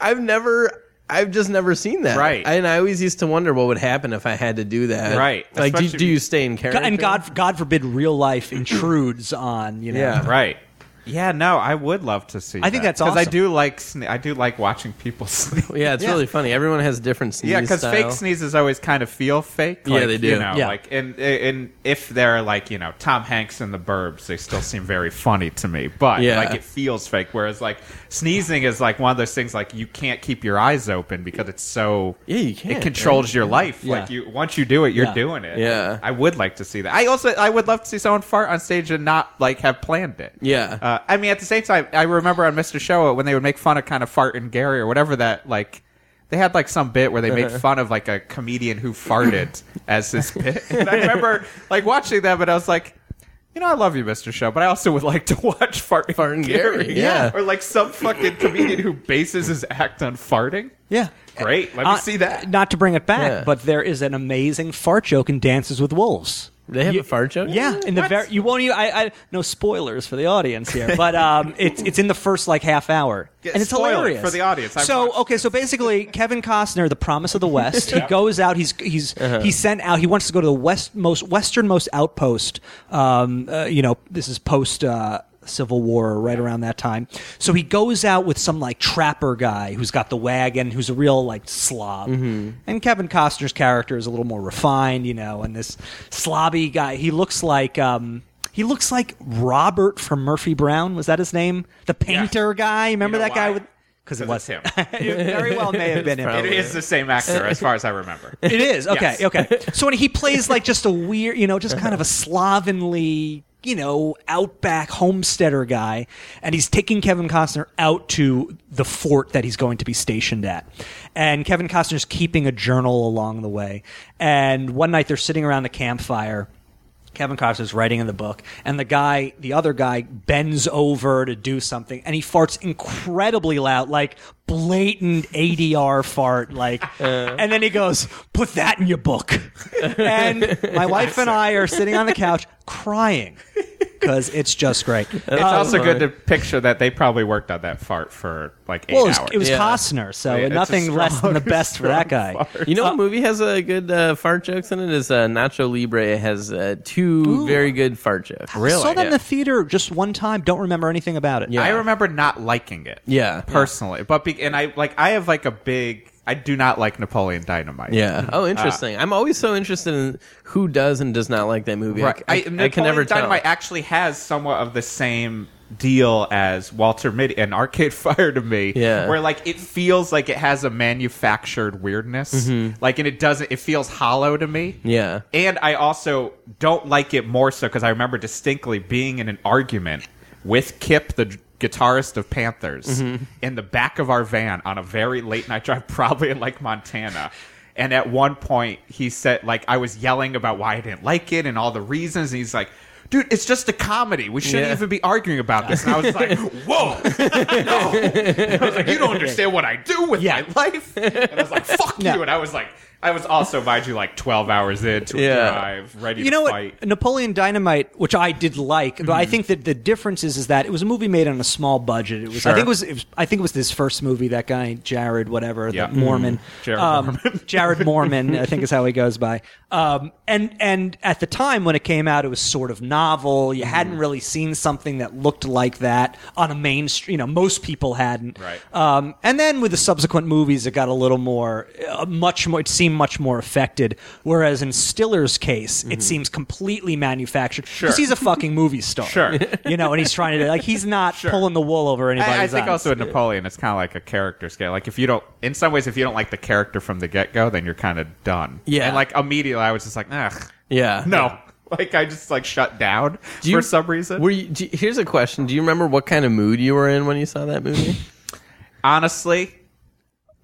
Speaker 6: I've never, I've just never seen that.
Speaker 3: Right.
Speaker 6: and I always used to wonder what would happen if I had to do that.
Speaker 3: Right.
Speaker 6: Like, do,
Speaker 3: Especially-
Speaker 6: do you stay in character?
Speaker 4: and God, God forbid, real life intrudes on you know.
Speaker 6: Yeah.
Speaker 3: Right. Yeah. No, I would love to see.
Speaker 4: I think that's
Speaker 3: I
Speaker 4: awesome.
Speaker 3: do like. Sne- I do like watching people sneeze.
Speaker 6: Yeah, it's really funny. Everyone has different sneeze
Speaker 3: Yeah, because fake
Speaker 6: style.
Speaker 3: sneezes always kind of feel fake.
Speaker 6: Yeah,
Speaker 3: Like,
Speaker 6: they do.
Speaker 3: You know,
Speaker 6: Yeah.
Speaker 3: like and and if they're like you know Tom Hanks and the Burbs, they still seem very funny to me. But
Speaker 6: Yeah.
Speaker 3: like it feels fake. Whereas like sneezing is like one of those things like you can't keep your eyes open because it's so
Speaker 6: Yeah, you can't,
Speaker 3: It controls your life.
Speaker 6: Yeah.
Speaker 3: Like you once you do it, you're
Speaker 4: Yeah.
Speaker 3: doing it.
Speaker 6: Yeah.
Speaker 3: I would like to see that. I also I would love to see someone fart on stage and not like have planned it.
Speaker 6: Yeah.
Speaker 3: Uh, I mean, at the same time, I remember on Mr. Show when they would make fun of kind of fart and Gary or whatever that like. They had like some bit where they
Speaker 6: Uh-huh.
Speaker 3: made fun of like a comedian who farted as this bit. And I remember like watching that, but I was like, you know, I love you, Mr. Show, but I also would like to watch Fart and,
Speaker 6: Fart and Gary, yeah.
Speaker 3: Or like some fucking comedian who bases his act on farting.
Speaker 4: Yeah.
Speaker 3: Great. Let
Speaker 4: Uh,
Speaker 3: me see that.
Speaker 4: Not to bring it back,
Speaker 6: Yeah.
Speaker 4: but there is an amazing fart joke in Dances with Wolves.
Speaker 6: they have
Speaker 4: You-
Speaker 6: a fart joke.
Speaker 4: Yeah, in the very you won't even. I, I no spoilers for the audience here, but um, it's it's in the first like half hour,
Speaker 3: Yeah,
Speaker 4: and it's
Speaker 3: spoil it
Speaker 4: hilarious
Speaker 3: for the audience. I've
Speaker 4: so
Speaker 3: watched
Speaker 4: okay, so basically, Kevin Costner, The Promise of the West, he goes out. He's he's
Speaker 3: Uh-huh.
Speaker 4: he's sent out. He wants to go to the west most westernmost outpost. Um, uh, you know, this is post. Uh, Civil War, right around that time. So he goes out with some like trapper guy who's got the wagon, who's a real like slob.
Speaker 3: Mm-hmm.
Speaker 4: And Kevin Costner's character is a little more refined, you know. And this slobby guy, he looks like um, he looks like Robert from Murphy Brown. Was that his name? The painter guy. Remember
Speaker 3: know
Speaker 4: that guy
Speaker 3: why?
Speaker 4: with because it was
Speaker 3: Because
Speaker 4: him.
Speaker 3: it's
Speaker 4: it very well may have been him.
Speaker 3: It is the same actor as far as I remember.
Speaker 4: It is okay.
Speaker 3: Yes.
Speaker 4: Okay. So when he plays like just a weird, you know, just kind of a slovenly, you know, outback homesteader guy, and he's taking Kevin Costner out to the fort that he's going to be stationed at, and Kevin Costner's keeping a journal along the way. And one night they're sitting around the campfire. Kevin Costner's writing in the book, and the guy, the other guy, bends over to do something, and he farts incredibly loud, like blatant ADR fart, like,
Speaker 3: Uh.
Speaker 4: and then he goes, "Put that in your book." and my wife and I are sitting on the couch crying because it's just great.
Speaker 3: It's
Speaker 4: Uh,
Speaker 3: also good to picture that they probably worked on that fart for like eight
Speaker 4: well, it was,
Speaker 3: hours.
Speaker 4: it was
Speaker 6: Yeah.
Speaker 4: Costner, so
Speaker 3: Yeah, it's a
Speaker 4: nothing less than the
Speaker 3: strong-
Speaker 4: best for that guy.
Speaker 6: You know what movie has a good uh, fart jokes in it? Is uh, Nacho Libre has uh, two very good fart jokes.
Speaker 4: I saw that in
Speaker 6: Yeah.
Speaker 4: the theater just one time. Don't remember anything about it.
Speaker 6: Yeah.
Speaker 3: I remember not liking it.
Speaker 6: Yeah.
Speaker 3: personally, but be- and I like I have like a big I do not like Napoleon Dynamite.
Speaker 6: Yeah. Oh,
Speaker 4: Uh,
Speaker 6: interesting. I'm always so interested in who does and does not like that movie. I-
Speaker 3: Right.
Speaker 6: I,
Speaker 3: I,
Speaker 6: I can
Speaker 3: Napoleon
Speaker 6: never tell.
Speaker 3: Dynamite actually has somewhat of the same deal as Walter Mitty and Arcade Fire to me.
Speaker 6: Yeah.
Speaker 3: Where like it feels like it has a manufactured weirdness. Like and it doesn't it feels hollow to me.
Speaker 6: Mm-hmm. Yeah.
Speaker 3: And I also don't like it more so because I remember distinctly being in an argument with Kip, the gu- guitarist of Panthers, in the back of our van on a very late night drive, probably in like Montana. And at one point, he said, like, I was yelling about why I didn't like it and all the reasons. And he's like, dude, it's just a comedy. We shouldn't
Speaker 6: Yeah.
Speaker 3: even be arguing about this. And I was like, whoa, no. I was like, you don't understand what I do with
Speaker 4: Yeah.
Speaker 3: my life. And I was like, fuck you. And I was like, I was also, mind you, like 12 hours into
Speaker 6: Yeah.
Speaker 3: a drive, ready to
Speaker 4: you know what
Speaker 3: fight. Mm-hmm.
Speaker 4: napoleon dynamite which i did like but i think that the difference is, is that it was a movie made on a small budget it was i
Speaker 3: Sure.
Speaker 4: think it was, it was i think it was his first movie that guy jared whatever
Speaker 3: Yeah. Mm-hmm.
Speaker 4: the mormon Um,
Speaker 3: Jared Mormon.
Speaker 4: jared mormon i think is how he goes by um, and and at the time when it came out it was sort of novel you
Speaker 3: Mm-hmm.
Speaker 4: hadn't really seen something that looked like that on a mainstream you know most people hadn't
Speaker 3: Right.
Speaker 4: um, and then with the subsequent movies, it got a little more, uh, much more. It seemed much more affected. Whereas in Stiller's case,
Speaker 3: Mm-hmm.
Speaker 4: it seems completely manufactured. Sure, he's a fucking movie star.
Speaker 3: Sure.
Speaker 4: you know, and he's trying to like he's not pulling the wool over anybody's
Speaker 3: I, I think
Speaker 4: eyes.
Speaker 3: also in Napoleon, it's kind of like a character scale. Like if you don't, in some ways, if you don't like the character from the get go, then you're kind of done.
Speaker 6: Yeah.
Speaker 3: And like immediately, I was just like, ugh,
Speaker 6: Yeah.
Speaker 3: no. Like I just like shut down
Speaker 6: Do you-
Speaker 3: for some reason.
Speaker 6: Were you, do you- here's a question: Do you remember what kind of mood you were in when you saw that movie?
Speaker 3: Honestly,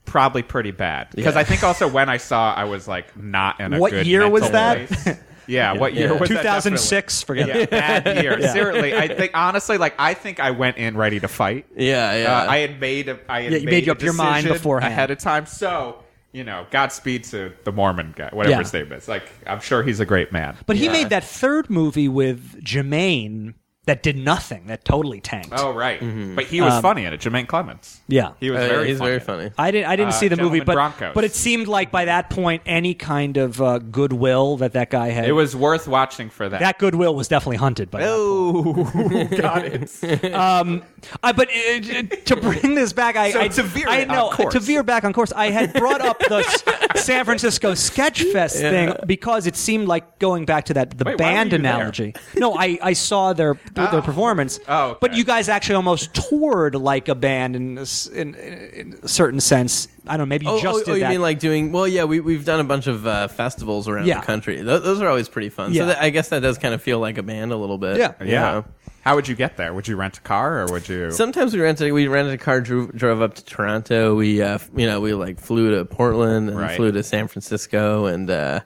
Speaker 3: probably pretty bad because
Speaker 6: Yeah.
Speaker 3: I think also when I saw, I was like not in a
Speaker 4: What
Speaker 3: good
Speaker 4: year was
Speaker 3: mental
Speaker 4: that?
Speaker 3: place. Yeah, what year
Speaker 6: Yeah.
Speaker 3: was that?
Speaker 4: two thousand six. Forget
Speaker 3: Definitely.
Speaker 4: it.
Speaker 3: Yeah, bad year. Seriously, I think honestly, like I think I went in ready to fight.
Speaker 6: yeah. Yeah.
Speaker 3: Uh, I had made a, I had
Speaker 4: Yeah, you
Speaker 3: made
Speaker 4: made
Speaker 3: a
Speaker 4: up your mind
Speaker 3: decision
Speaker 4: beforehand.
Speaker 3: ahead of time. So you know, Godspeed to the Mormon guy, whatever
Speaker 4: Yeah.
Speaker 3: his name is. Like, I'm sure he's a great man.
Speaker 4: But he
Speaker 6: Yeah.
Speaker 4: made that third movie with Jermaine that did nothing. That totally tanked.
Speaker 3: oh right,
Speaker 4: Mm-hmm.
Speaker 3: but he
Speaker 4: Um,
Speaker 3: was funny in it. Jermaine Clements.
Speaker 4: Yeah.
Speaker 3: he was
Speaker 6: Oh, yeah,
Speaker 3: very.
Speaker 6: he's
Speaker 3: funny.
Speaker 6: very funny.
Speaker 4: I didn't. I didn't
Speaker 3: Uh,
Speaker 4: see the movie,
Speaker 3: Gentlemen
Speaker 4: but
Speaker 3: Broncos.
Speaker 4: but it seemed like by that point, any kind of uh, goodwill that that guy had
Speaker 3: It was worth watching for that.
Speaker 4: that goodwill was definitely hunted by. Oh,
Speaker 3: got it.
Speaker 4: I, but uh, to bring this back, I
Speaker 3: So
Speaker 4: I,
Speaker 3: to veer
Speaker 4: I
Speaker 3: it on
Speaker 4: know
Speaker 3: course.
Speaker 4: to veer back on course. I had brought up the S- San Francisco Sketchfest thing because it seemed like going back to that the
Speaker 3: Wait, why were
Speaker 4: band
Speaker 3: you there?
Speaker 4: analogy. No, I, I saw their their performance.
Speaker 3: Oh, okay.
Speaker 4: but you guys actually almost toured like a band in a s- in, in a certain sense. I don't know. Maybe you
Speaker 6: Oh,
Speaker 4: just
Speaker 6: oh,
Speaker 4: did
Speaker 6: oh, you
Speaker 4: that.
Speaker 6: mean like doing? Well, yeah, we we've done a bunch of uh, festivals around
Speaker 4: Yeah.
Speaker 6: the country. Th- those are always pretty fun.
Speaker 4: Yeah.
Speaker 6: So that, I guess that does kind of feel like a band a little bit.
Speaker 4: Yeah.
Speaker 3: Yeah. How would you get there? Would you rent a car or would you?
Speaker 6: Sometimes we rented we rented a car, drove, drove up to Toronto. We uh, f- you know we like flew to Portland and
Speaker 3: Right.
Speaker 6: flew to San Francisco, and uh,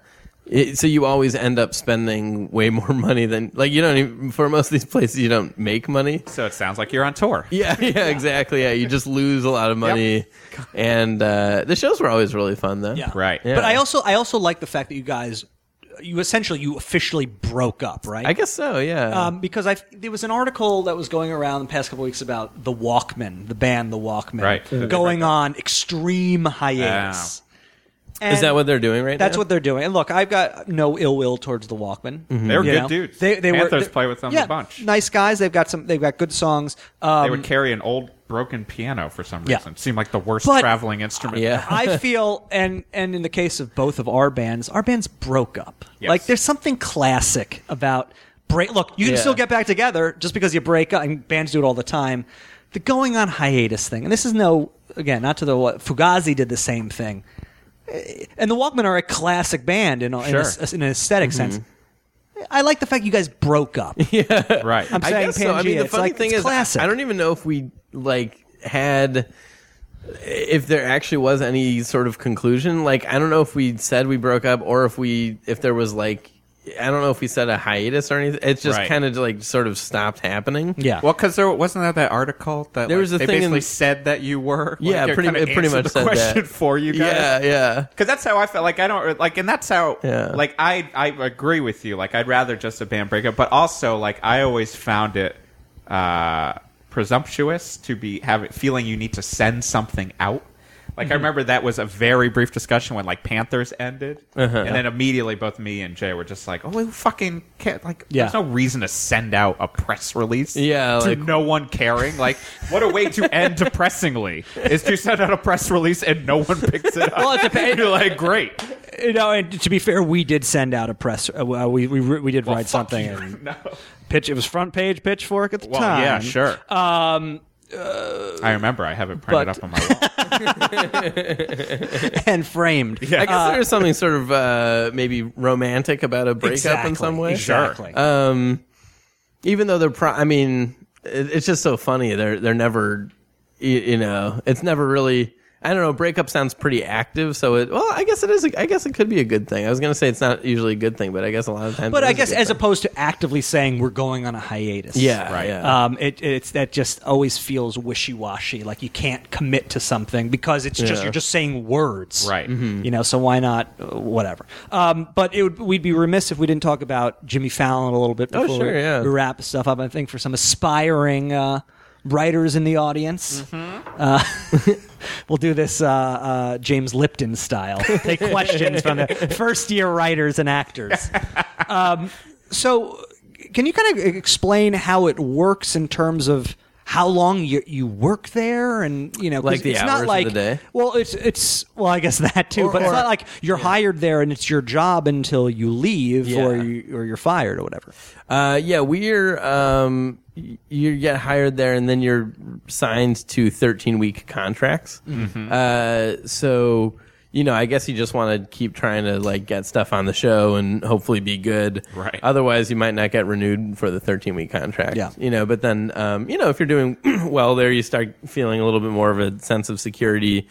Speaker 6: it, so you always end up spending way more money than like you don't even for most of these places you don't make money.
Speaker 3: so it sounds like you're on tour.
Speaker 6: Yeah, yeah, exactly. Yeah, you just lose a lot of money, and uh, the shows were always really fun though.
Speaker 4: Yeah.
Speaker 3: Right.
Speaker 6: Yeah.
Speaker 4: But I also I also like the fact that you guys you essentially you officially broke up, right?
Speaker 6: I guess so. Yeah.
Speaker 4: um, because I there was an article that was going around the past couple weeks about the Walkmen, the band, the Walkmen,
Speaker 3: Right. Mhm.
Speaker 4: going on extreme hiatus.
Speaker 6: Is that what they're doing right
Speaker 4: That's
Speaker 6: now?
Speaker 4: what they're doing. And look, I've got no ill will towards the Walkmen.
Speaker 3: They were
Speaker 4: You
Speaker 3: good
Speaker 4: know?
Speaker 3: dudes.
Speaker 4: They, they were,
Speaker 3: Panthers
Speaker 4: they-
Speaker 3: play with them
Speaker 4: yeah,
Speaker 3: a bunch.
Speaker 4: Nice guys. They've got some. They've got good songs. Um,
Speaker 3: they would carry an old broken piano for some
Speaker 4: Yeah.
Speaker 3: reason. Seemed like the worst
Speaker 4: But-
Speaker 3: traveling instrument.
Speaker 6: Yeah.
Speaker 4: I feel, and and in the case of both of our bands, our bands broke up.
Speaker 3: Yes.
Speaker 4: Like there's something classic about break. Look, you can
Speaker 6: Yeah.
Speaker 4: still get back together just because you break up, and bands do it all the time. The going on hiatus thing, and this is no again not to the what Fugazi did the same thing, Eh, and the Walkmen are a classic band in, a- in, a-
Speaker 3: Sure.
Speaker 4: in an aesthetic
Speaker 6: Mm-hmm.
Speaker 4: sense. I like the fact you guys broke up.
Speaker 3: Right.
Speaker 4: I'm saying
Speaker 6: guess so. I mean,
Speaker 4: Pangea.
Speaker 6: the
Speaker 4: It's
Speaker 6: funny
Speaker 4: like-
Speaker 6: thing
Speaker 4: it's
Speaker 6: is, I-
Speaker 4: classic.
Speaker 6: I don't e-, even know if we like had if there actually was any sort of conclusion. Like, I don't know if we said we broke up or if we if there was like I don't know if we said a hiatus or anything. It's just
Speaker 3: Right.
Speaker 6: kind of like sort of stopped happening.
Speaker 4: yeah.
Speaker 3: Well, because Oh, there wasn't there that article that
Speaker 6: There
Speaker 3: like,
Speaker 6: was a
Speaker 3: they
Speaker 6: thing in-
Speaker 3: basically said that you were.
Speaker 6: Yeah,
Speaker 3: Like, it
Speaker 6: pretty-
Speaker 3: kinda
Speaker 6: it pretty
Speaker 3: answered
Speaker 6: much
Speaker 3: the
Speaker 6: said that.
Speaker 3: question for you guys.
Speaker 6: Yeah, yeah.
Speaker 3: Because that's how I felt. Like I don't like, and that's how.
Speaker 6: Yeah.
Speaker 3: Like I, I agree with you. Like I'd rather just a band breakup, but also like I always found it uh, presumptuous to be having feeling you need to send something out. Like
Speaker 6: Mm-hmm.
Speaker 3: I remember that was a very brief discussion when like Panthers ended,
Speaker 6: Uh-huh.
Speaker 3: and then immediately both me and Jay were just like, "Oh, we fucking can't!" Like,
Speaker 4: Yeah.
Speaker 3: there's no reason to send out a press release.
Speaker 6: Yeah,
Speaker 3: to
Speaker 6: like-
Speaker 3: no one caring. Like, what a way to end depressingly is to send out a press release and no one picks it up.
Speaker 4: Well, it depends-
Speaker 3: You're like, great.
Speaker 4: You know, and to be fair, we did send out a press. Uh, well, we, we we did write
Speaker 3: fuck
Speaker 4: something.
Speaker 3: you.
Speaker 4: And
Speaker 3: No.
Speaker 4: pitch. It was front page pitchfork at the
Speaker 3: Well,
Speaker 4: time.
Speaker 3: yeah, sure. Um,
Speaker 6: uh,
Speaker 3: I remember. I have it printed
Speaker 4: but-
Speaker 3: up on my wall.
Speaker 4: and framed.
Speaker 6: I guess there's something sort of uh, maybe romantic about a breakup in some way.
Speaker 4: Exactly.
Speaker 6: Um, even though they're, pro- I mean, it, it's just so funny. They're they're never, you, you know, it's never really. I don't know. Breakup sounds pretty active, so it. Well, I guess it is. a- I guess it could be a good thing. I was gonna say it's not usually a good thing, but I guess a lot of times.
Speaker 4: but
Speaker 6: it
Speaker 4: I
Speaker 6: is
Speaker 4: guess
Speaker 6: good
Speaker 4: as
Speaker 6: thing.
Speaker 4: opposed to actively saying we're going on a hiatus.
Speaker 6: yeah, right. Yeah.
Speaker 4: Um, it, it's that just always feels wishy washy. Like you can't commit to something because it's just
Speaker 6: Yeah. Mm-hmm.
Speaker 4: you're just saying words, Mm-hmm.
Speaker 3: Right. Mhm.
Speaker 4: You know, so why not? uh, Whatever. Um, but it would, we'd be remiss if we didn't talk about Jimmy Fallon a little bit
Speaker 6: Oh,
Speaker 4: before
Speaker 6: sure,
Speaker 4: we,
Speaker 6: yeah.
Speaker 4: we wrap stuff up. I think for some aspiring uh, writers in the audience.
Speaker 6: Mm-hmm.
Speaker 4: Uh, We'll do this uh, uh, James Lipton style. Take questions from the first year writers and actors. So, can you kind of explain how it works in terms of how long you, you work there, and you know, 'cause
Speaker 6: Like the
Speaker 4: it's
Speaker 6: hours
Speaker 4: not
Speaker 6: of
Speaker 4: like
Speaker 6: the day?
Speaker 4: well, it's it's well, I guess that too,
Speaker 6: Or-
Speaker 4: but it's
Speaker 6: or-
Speaker 4: not like you're hired there and it's your job until you leave or
Speaker 6: Yeah.
Speaker 4: you or you're fired or whatever.
Speaker 6: Uh, yeah, we're um, y- you get hired there, and then you're signed to 13 week contracts.
Speaker 4: Mm-hmm.
Speaker 6: Uh, so you know, I guess you just want to keep trying to like get stuff on the show and hopefully be good.
Speaker 3: Right.
Speaker 6: Otherwise, you might not get renewed for the 13 week contract.
Speaker 4: Yeah.
Speaker 6: You know, but then um, you know, if you're doing well there, you start feeling a little bit more of a sense of security.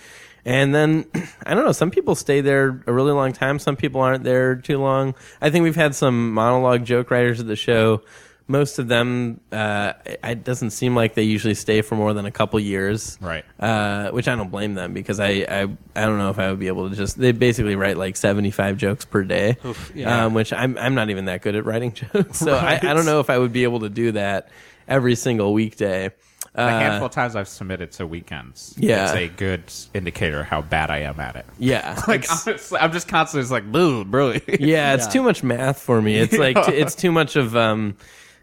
Speaker 6: And then I don't know. Some people stay there a really long time. Some people aren't there too long. I think we've had some monologue joke writers at the show. Most of them, uh, it- it doesn't seem like they usually stay for more than a couple years,
Speaker 3: Right.
Speaker 6: Uh, which I don't blame them because I, I I don't know if I would be able to just. They basically write like seventy five jokes per day,
Speaker 4: yeah.
Speaker 6: um, which I'm I'm not even that good at writing jokes, so I, I don't know if I would be able to do that every single weekday.
Speaker 3: The handful of times I've submitted to weekends.
Speaker 6: uh, Yeah.
Speaker 3: It's a good indicator how bad I am at it.
Speaker 6: Yeah,
Speaker 3: Like, honestly, I'm just constantly just like, boo, bro.
Speaker 6: yeah, it's too much math for me. It's like t- it's too much of um,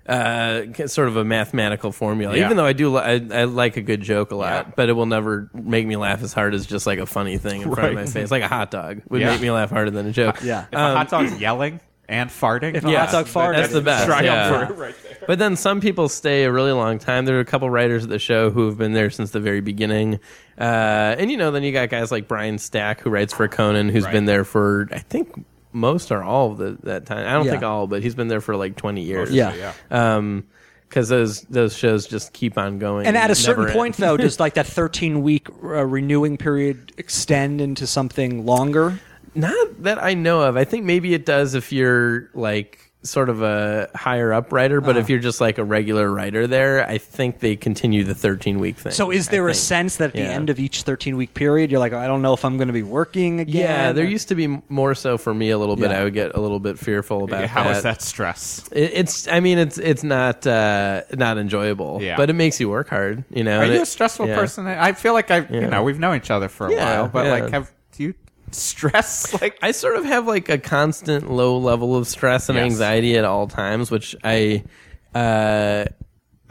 Speaker 6: uh, k- sort of a mathematical formula.
Speaker 3: Yeah.
Speaker 6: Even though I do, li- I, I like a good joke a lot, but it will never make me laugh as hard as just like a funny thing in front of my
Speaker 3: Right.
Speaker 6: face, like a hot dog would
Speaker 3: Yeah.
Speaker 6: make me laugh harder than a joke.
Speaker 4: Yeah.
Speaker 3: If a hot dog's yelling and farting,
Speaker 4: a hot dog farted,
Speaker 6: Um, That's the best.
Speaker 3: Triumph
Speaker 6: yeah.
Speaker 3: right there.
Speaker 6: But then some people stay a really long time. There are a couple writers at the show who have been there since the very beginning. Uh, and, you know, then you got guys like Brian Stack, who writes for Conan, who's
Speaker 3: Right.
Speaker 6: been there for, I think, most or all of the, that time. I don't
Speaker 4: Yeah.
Speaker 6: think all, but he's been there for like 20 years.
Speaker 4: Yeah.
Speaker 3: Yeah.
Speaker 6: Um, because those those shows just keep on going,
Speaker 4: And at a
Speaker 6: It
Speaker 4: certain
Speaker 6: never
Speaker 4: point,
Speaker 6: ends.
Speaker 4: though, does like that 13 week uh, renewing period extend into something longer?
Speaker 6: Not that I know of. I think maybe it does if you're like sort of a higher up writer, but if
Speaker 3: Uh-huh.
Speaker 6: you're just like a regular writer there, I think they continue the 13 week thing.
Speaker 4: So, is
Speaker 6: I
Speaker 4: there a
Speaker 6: think.
Speaker 4: sense that at the
Speaker 6: Yeah.
Speaker 4: end of each 13 week period, you're like, I don't know if I'm going to be working again?
Speaker 6: Yeah, there used to be m- more so for me a little bit.
Speaker 4: Yeah.
Speaker 6: I would get a little bit fearful about
Speaker 3: How
Speaker 6: that.
Speaker 3: is that stress?
Speaker 6: It, it's, I mean, it's it's not uh, not enjoyable,
Speaker 3: Yeah.
Speaker 6: but it makes you work hard. You know,
Speaker 3: Are
Speaker 6: and
Speaker 3: you
Speaker 6: it-
Speaker 3: a stressful
Speaker 6: yeah.
Speaker 3: person? I feel like I've, you
Speaker 6: Yeah.
Speaker 3: know, we've known each other for a
Speaker 6: Yeah,
Speaker 3: while, but
Speaker 6: yeah.
Speaker 3: like, have do you stress? Like,
Speaker 6: I sort of have like a constant low level of stress and
Speaker 3: Yes.
Speaker 6: anxiety at all times, which I uh,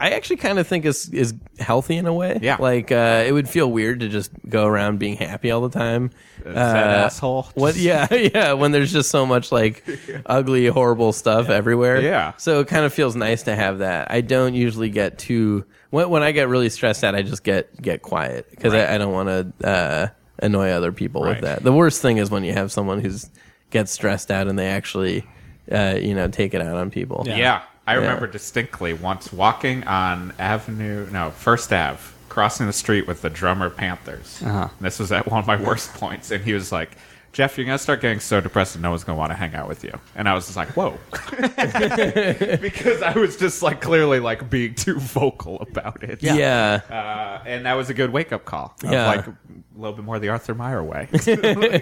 Speaker 6: I actually kind of think is is healthy in a way.
Speaker 3: Yeah.
Speaker 6: like uh, it would feel weird to just go around being happy all the time. Uh,
Speaker 3: that asshole.
Speaker 6: What? Yeah, yeah. When there's just so much like ugly, horrible stuff everywhere.
Speaker 3: Yeah.
Speaker 6: So it kind of feels nice to have that. I don't usually get too when when I get really stressed out, I just get get quiet because I, I don't want to uh, annoy other people
Speaker 3: Right.
Speaker 6: with that. The worst thing is when you have someone who's gets stressed out and they actually uh, you know take it out on people.
Speaker 3: Yeah. I remember distinctly once walking on Avenue, no, First Ave, crossing the street with the drummer Panthers. Uh-huh. This was at one of my worst points, and he was like, Jeff, you're going to start getting so depressed that no one's going to want to hang out with you. And I was just like, whoa. because I was just like clearly like being too vocal about it.
Speaker 6: Yeah. Yeah.
Speaker 3: Uh, and that was a good wake up call. Of
Speaker 6: Yeah.
Speaker 3: Like a little bit more the Arthur Meyer way.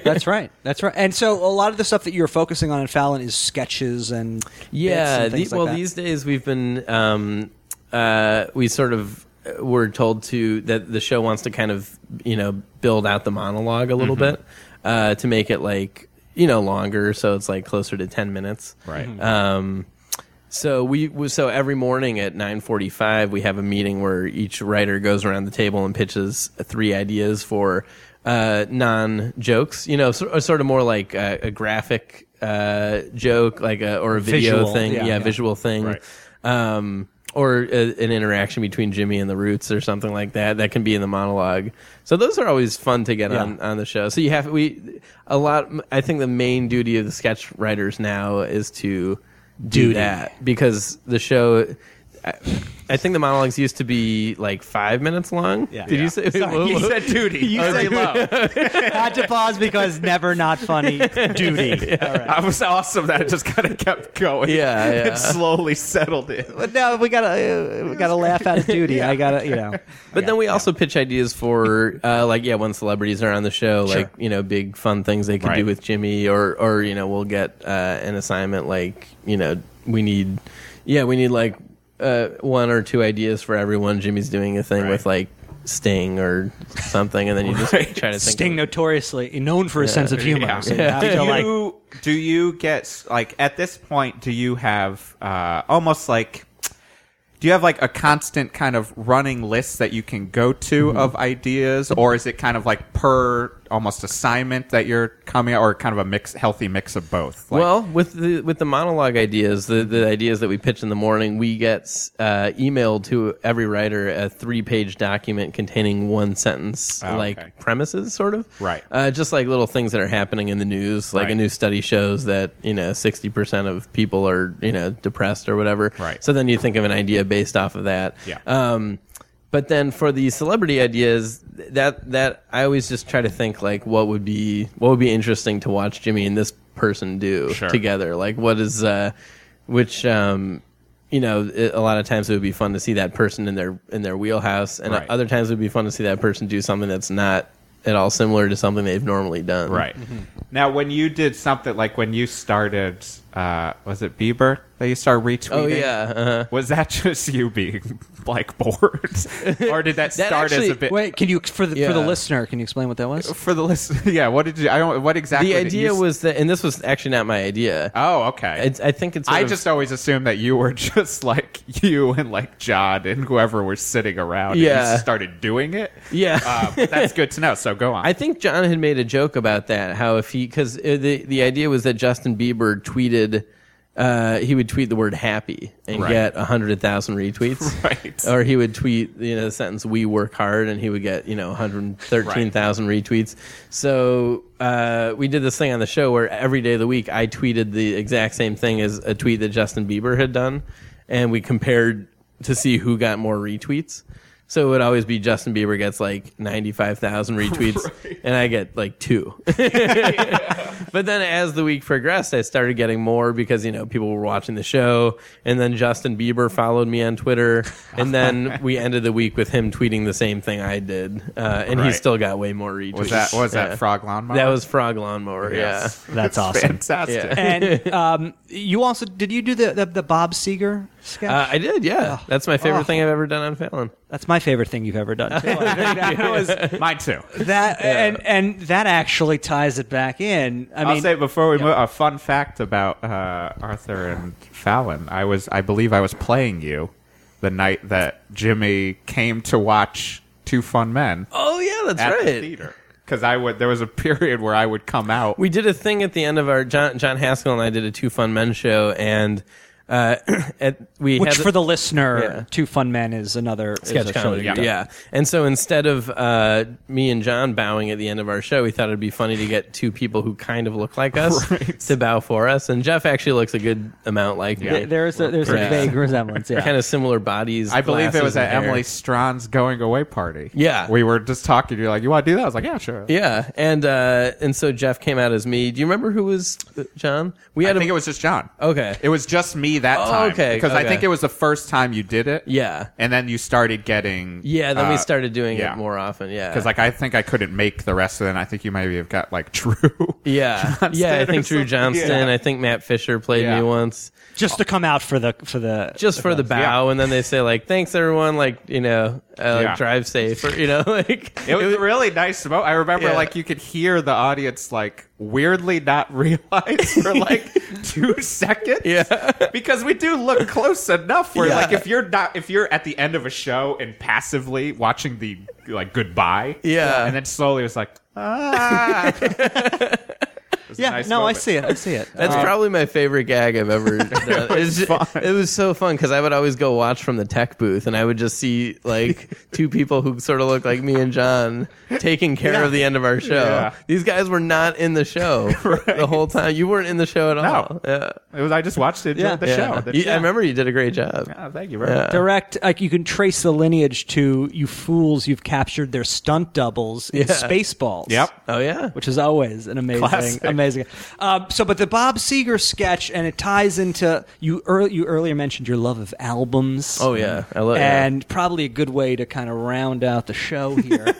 Speaker 4: That's right. That's right. And so a lot of the stuff that you're focusing on in Fallon is sketches and bits
Speaker 6: Yeah,
Speaker 4: and
Speaker 6: the-
Speaker 4: things like
Speaker 6: well,
Speaker 4: that.
Speaker 6: these days we've been um, uh, we sort of were told to that the show wants to kind of you know build out the monologue a little
Speaker 4: Mm-hmm.
Speaker 6: bit uh, to make it like you know longer, so it's like closer to ten minutes.
Speaker 3: Right.
Speaker 6: Um, so we we- so every morning at nine forty five we have a meeting where each writer goes around the table and pitches three ideas for uh, non jokes. You know, so, sort of more like a, a graphic uh, joke, like a, or a video
Speaker 4: Visual,
Speaker 6: thing,
Speaker 4: yeah,
Speaker 6: yeah,
Speaker 4: yeah.
Speaker 6: visual thing,
Speaker 3: Right.
Speaker 6: um, or a, an interaction between Jimmy and the Roots or something like that. That can be in the monologue. So those are always fun to get on on the show. So you have we a lot. I think the main duty of the sketch writers now is to do
Speaker 4: Duty.
Speaker 6: that because the show. I, I think the monologues used to be like five minutes long.
Speaker 4: Yeah.
Speaker 6: Did
Speaker 4: Yeah.
Speaker 6: you say? what-
Speaker 3: You
Speaker 6: what-
Speaker 3: said duty. You said love.
Speaker 4: Had to pause because never not funny duty. All right.
Speaker 3: I was awesome that it just kind of kept going.
Speaker 6: Yeah, yeah.
Speaker 3: It slowly settled in.
Speaker 4: But no, we gotta uh, we gotta laugh out of duty. I gotta you know.
Speaker 6: But then we also pitch ideas for uh, like yeah, when celebrities are on the show, like you know, big fun things they could
Speaker 3: Right.
Speaker 6: do with Jimmy, or or you know, we'll get uh, an assignment like you know, we need yeah, we need like uh, one or two ideas for everyone. Jimmy's doing a thing with like Sting or something, and then you just try to think
Speaker 4: Sting
Speaker 6: of,
Speaker 4: notoriously known for his sense of humor. So you have to, like,
Speaker 3: do, do you get like at this point do you have uh, almost like do you have like a constant kind of running list that you can go to
Speaker 4: Mm-hmm.
Speaker 3: of ideas or is it kind of like per almost assignment that you're coming or kind of a mix healthy mix of both like,
Speaker 6: well, with the with the monologue ideas, the, the ideas that we pitch in the morning, we get uh, emailed to every writer a three page document containing one sentence,
Speaker 3: Oh,
Speaker 6: like
Speaker 3: okay.
Speaker 6: premises, sort of.
Speaker 3: Right.
Speaker 6: Uh, just like little things that are happening in the news. Like a
Speaker 3: Right.
Speaker 6: new study shows that you know sixty percent of people are you know depressed or whatever.
Speaker 3: Right.
Speaker 6: So then you think of an idea based off of that.
Speaker 3: Yeah.
Speaker 6: Um, but then for the celebrity ideas, th- that that I always just try to think like what would be what would be interesting to watch Jimmy and this person do
Speaker 3: Sure.
Speaker 6: together. Like what is uh, which um, you know it, a lot of times it would be fun to see that person in their in their wheelhouse, and
Speaker 3: Right.
Speaker 6: other times it would be fun to see that person do something that's not at all similar to something they've normally done.
Speaker 3: right Mm-hmm. now when you did something like when you started uh, was it bieber that you started retweeting
Speaker 6: Oh yeah. uh
Speaker 3: was that just you being like bored or did that,
Speaker 6: That
Speaker 3: start as
Speaker 6: actually-
Speaker 3: a bit
Speaker 4: Wait, can you for the for the
Speaker 6: Yeah.
Speaker 4: listener? Can you explain what that was?
Speaker 3: for the list yeah what did you i don't what exactly
Speaker 6: The
Speaker 3: did you
Speaker 6: idea
Speaker 3: s-
Speaker 6: was that, and this was actually not my idea.
Speaker 3: Oh, okay.
Speaker 6: It's, I think it's. sort
Speaker 3: I
Speaker 6: of-
Speaker 3: just always assumed that you were just like you and like Jod and whoever were sitting around. and you
Speaker 6: Yeah.
Speaker 3: just started doing it.
Speaker 6: Yeah.
Speaker 3: Uh, but that's good to know. So go on.
Speaker 6: I think John had made a joke about that. How if he because the the idea was that Justin Bieber tweeted. Uh, he would tweet the word happy and
Speaker 3: Right.
Speaker 6: get get 100,000 retweets.
Speaker 3: Right.
Speaker 6: Or he would tweet, you know, the sentence, we work hard, and he would get, you know, 113,000 retweets. So uh, we did this thing on the show where every day of the week I tweeted the exact same thing as a tweet that Justin Bieber had done, and we compared to see who got more retweets. So it would always be Justin Bieber gets like 95,000 retweets, and I get like two. But then as the week progressed, I started getting more because, you know, people were watching the show. And then Justin Bieber followed me on Twitter. And then we ended the week with him tweeting the same thing I did. Uh, and he
Speaker 3: Right.
Speaker 6: still got way more retweets.
Speaker 3: was that was
Speaker 6: Yeah.
Speaker 3: that frog lawnmower?
Speaker 6: That was Frog Lawnmower,
Speaker 3: Yes.
Speaker 6: yeah.
Speaker 4: That's awesome.
Speaker 3: fantastic.
Speaker 6: Yeah.
Speaker 4: And um, you also did you do the the, the Bob Seger sketch?
Speaker 6: Uh, I did, yeah. That's my favorite
Speaker 4: Oh.
Speaker 6: thing I've ever done on Fallon.
Speaker 4: That's my favorite thing you've ever done. Too. that was-
Speaker 3: Mine too.
Speaker 4: that- and and that actually ties it back in. I
Speaker 3: I will
Speaker 4: mean,
Speaker 3: say before we move, a fun fact about uh, Arthur and Fallon. I was, I believe, I was playing you the night that Jimmy came to watch Two Fun Men
Speaker 6: Oh, yeah, that's
Speaker 3: at
Speaker 6: right.
Speaker 3: the theater because I would. There was a period where I would come out.
Speaker 6: we did a thing at the end of our John, John Haskell and I did a two fun men show and uh, at, we
Speaker 4: which
Speaker 6: had
Speaker 4: for the listener,
Speaker 6: Yeah.
Speaker 4: Two Fun Men is another is a show
Speaker 6: comedy.
Speaker 4: that you've
Speaker 6: Yeah.
Speaker 4: done.
Speaker 6: And so instead of uh, me and John bowing at the end of our show, we thought it'd be funny to get two people who kind of look like us to bow for us. And Jeff actually looks a good amount like me.
Speaker 4: There- There's a, there's a
Speaker 6: Yeah.
Speaker 4: vague resemblance. Yeah.
Speaker 6: kind of similar bodies.
Speaker 3: I believe it
Speaker 6: glasses,
Speaker 3: was
Speaker 6: and
Speaker 3: at
Speaker 6: hair.
Speaker 3: Emily Strawn's going away party.
Speaker 6: Yeah.
Speaker 3: We were just talking. You're like, you want to do that? I was like, yeah, sure.
Speaker 6: Yeah, and uh, and so Jeff came out as me. Do you remember who was uh, John? We
Speaker 3: I
Speaker 6: had a
Speaker 3: think it was just John.
Speaker 6: Okay. Oh,
Speaker 3: It was just me me that time.
Speaker 6: okay,
Speaker 3: Because I
Speaker 6: okay.
Speaker 3: think it was the first time you did it.
Speaker 6: Yeah.
Speaker 3: And then you started getting.
Speaker 6: Yeah, then we
Speaker 3: uh,
Speaker 6: started doing
Speaker 3: yeah.
Speaker 6: it more often. Yeah,
Speaker 3: Because like I think I couldn't make the rest of it. And I think you maybe have got like Drew.
Speaker 6: yeah, yeah, I think Drew Johnston. I think Matt Fisher played
Speaker 3: Yeah.
Speaker 6: me once,
Speaker 4: just to come out for the for the
Speaker 6: just for the bow, and then they say like, "Thanks everyone," like you know, uh,
Speaker 3: Yeah.
Speaker 6: drive safe, or you know, like
Speaker 3: It was a really nice moment. I remember
Speaker 6: Yeah.
Speaker 3: like you could hear the audience like weirdly not realize for like two seconds.
Speaker 6: Yeah.
Speaker 3: Because we do look close enough where
Speaker 6: Yeah.
Speaker 3: like if you're not if you're at the end of a show and passively watching the like goodbye.
Speaker 6: Yeah.
Speaker 3: And then slowly it's like ah It was a
Speaker 4: yeah
Speaker 3: nice
Speaker 4: no
Speaker 3: moment.
Speaker 4: I see it I see it
Speaker 6: That's
Speaker 4: Uh,
Speaker 6: probably my favorite gag I've ever done. it, was ju- it was so fun because I would always go watch from the tech booth and I would just see like two people who sort of look like me and John taking care of the end of our show.
Speaker 3: Yeah.
Speaker 6: These guys were not in the show the whole time. You weren't in the show at all. Yeah.
Speaker 3: It was I just watched it yeah. the
Speaker 6: Yeah.
Speaker 3: show. The
Speaker 6: You-
Speaker 3: show.
Speaker 6: I remember you did a great job.
Speaker 3: Oh, thank you very much.
Speaker 4: direct like you can trace the lineage to you fools you've captured their stunt doubles in
Speaker 6: Yeah.
Speaker 4: Spaceballs
Speaker 3: Yep.
Speaker 6: Oh yeah.
Speaker 4: which is always an amazing,
Speaker 3: Classic.
Speaker 4: amazing. Um, so, but the Bob Seger sketch, and it ties into you. ear you earlier mentioned your love of albums.
Speaker 6: Oh yeah. I love yeah.
Speaker 4: and probably a good way to kind of round out the show here.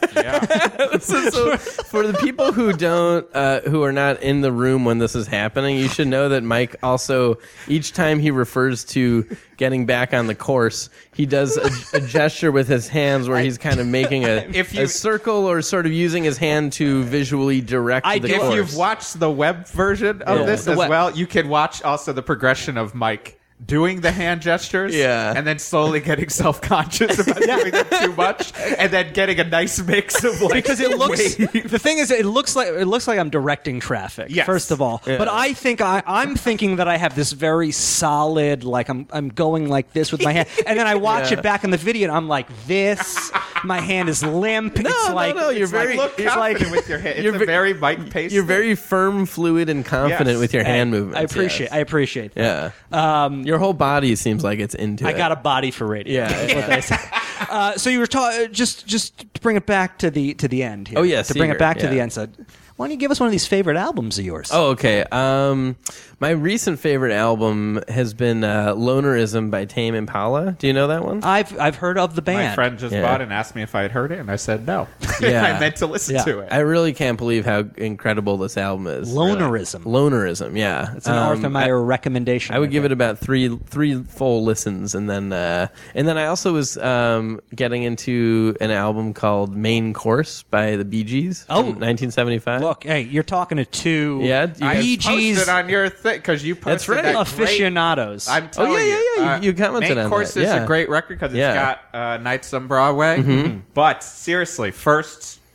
Speaker 6: So- so for the people who don't uh, who are not in the room when this is happening you should know that mike also each time he refers to getting back on the course he does a, a gesture with his hands where he's kind of making a,
Speaker 3: If you-
Speaker 6: a circle or sort of using his hand to visually direct
Speaker 4: I
Speaker 6: the
Speaker 4: do-
Speaker 3: if
Speaker 6: course
Speaker 3: you've watched the web version of
Speaker 6: Yeah.
Speaker 3: this
Speaker 4: The
Speaker 3: as
Speaker 4: web-
Speaker 3: well, you can watch also the progression of Mike doing the hand gestures
Speaker 6: Yeah.
Speaker 3: and then slowly getting self-conscious about doing them too much and then getting a nice mix of like
Speaker 4: because it looks
Speaker 3: wave.
Speaker 4: the thing is it looks like it looks like I'm directing traffic
Speaker 3: Yes.
Speaker 4: first of all but I think I, I'm thinking that I have this very solid like I'm I'm going like this with my hand and then I watch
Speaker 6: Yeah.
Speaker 4: it back in the video and I'm like this my hand is limp it's
Speaker 6: no,
Speaker 4: like
Speaker 6: no, you're
Speaker 4: it's
Speaker 6: very-
Speaker 4: like,
Speaker 3: look
Speaker 4: it's like
Speaker 3: confident with your hand. It's
Speaker 6: you're
Speaker 3: a
Speaker 6: ve-
Speaker 3: very Mike Pace.
Speaker 6: you're very firm fluid and confident
Speaker 3: Yes.
Speaker 6: with your hand movements
Speaker 4: I appreciate
Speaker 6: yes.
Speaker 4: I appreciate that.
Speaker 6: yeah your whole body seems like it's into
Speaker 4: I
Speaker 6: it
Speaker 4: got a body for radio.
Speaker 6: Yeah,
Speaker 4: is what
Speaker 6: yeah.
Speaker 4: they say. Uh, so you were talking just just to bring it back to the to the end here.
Speaker 6: Oh, yeah,
Speaker 4: to bring it
Speaker 6: Seeger,
Speaker 4: back to
Speaker 6: yeah.
Speaker 4: the end. So why don't you give us one of these favorite albums of yours?
Speaker 6: Oh, okay. Um, my recent favorite album has been uh, "Lonerism" by Tame Impala. Do you know that one?
Speaker 4: I've I've heard of the band.
Speaker 3: my friend just
Speaker 6: Yeah.
Speaker 3: bought and asked me if I had heard it, and I said no.
Speaker 6: Yeah.
Speaker 3: I meant to listen
Speaker 4: Yeah.
Speaker 3: to it.
Speaker 6: I really can't believe how incredible this album is.
Speaker 4: Lonerism.
Speaker 6: Lonerism, yeah. Um,
Speaker 4: It's an Arthur Meyer recommendation.
Speaker 6: I would give
Speaker 4: think.
Speaker 6: it about three, three full listens, and then, uh, and then I also was um, getting into an album called "Main Course" by the Bee Gees.
Speaker 4: Oh.
Speaker 6: from 1975.
Speaker 4: Look, hey, you're talking to two
Speaker 6: Yeah, you guys-
Speaker 4: Bee Gees
Speaker 3: posted on your thing because you posted
Speaker 6: right.
Speaker 3: that great-
Speaker 4: aficionados.
Speaker 3: I'm telling
Speaker 6: Oh, yeah,
Speaker 3: you,
Speaker 6: yeah, yeah. You- you commented
Speaker 3: main
Speaker 6: on
Speaker 3: course
Speaker 6: that.
Speaker 3: is
Speaker 6: Yeah.
Speaker 3: a great record because it's
Speaker 6: Yeah. Mm-hmm.
Speaker 3: got uh, Nights on Broadway. Mm-hmm. But seriously, first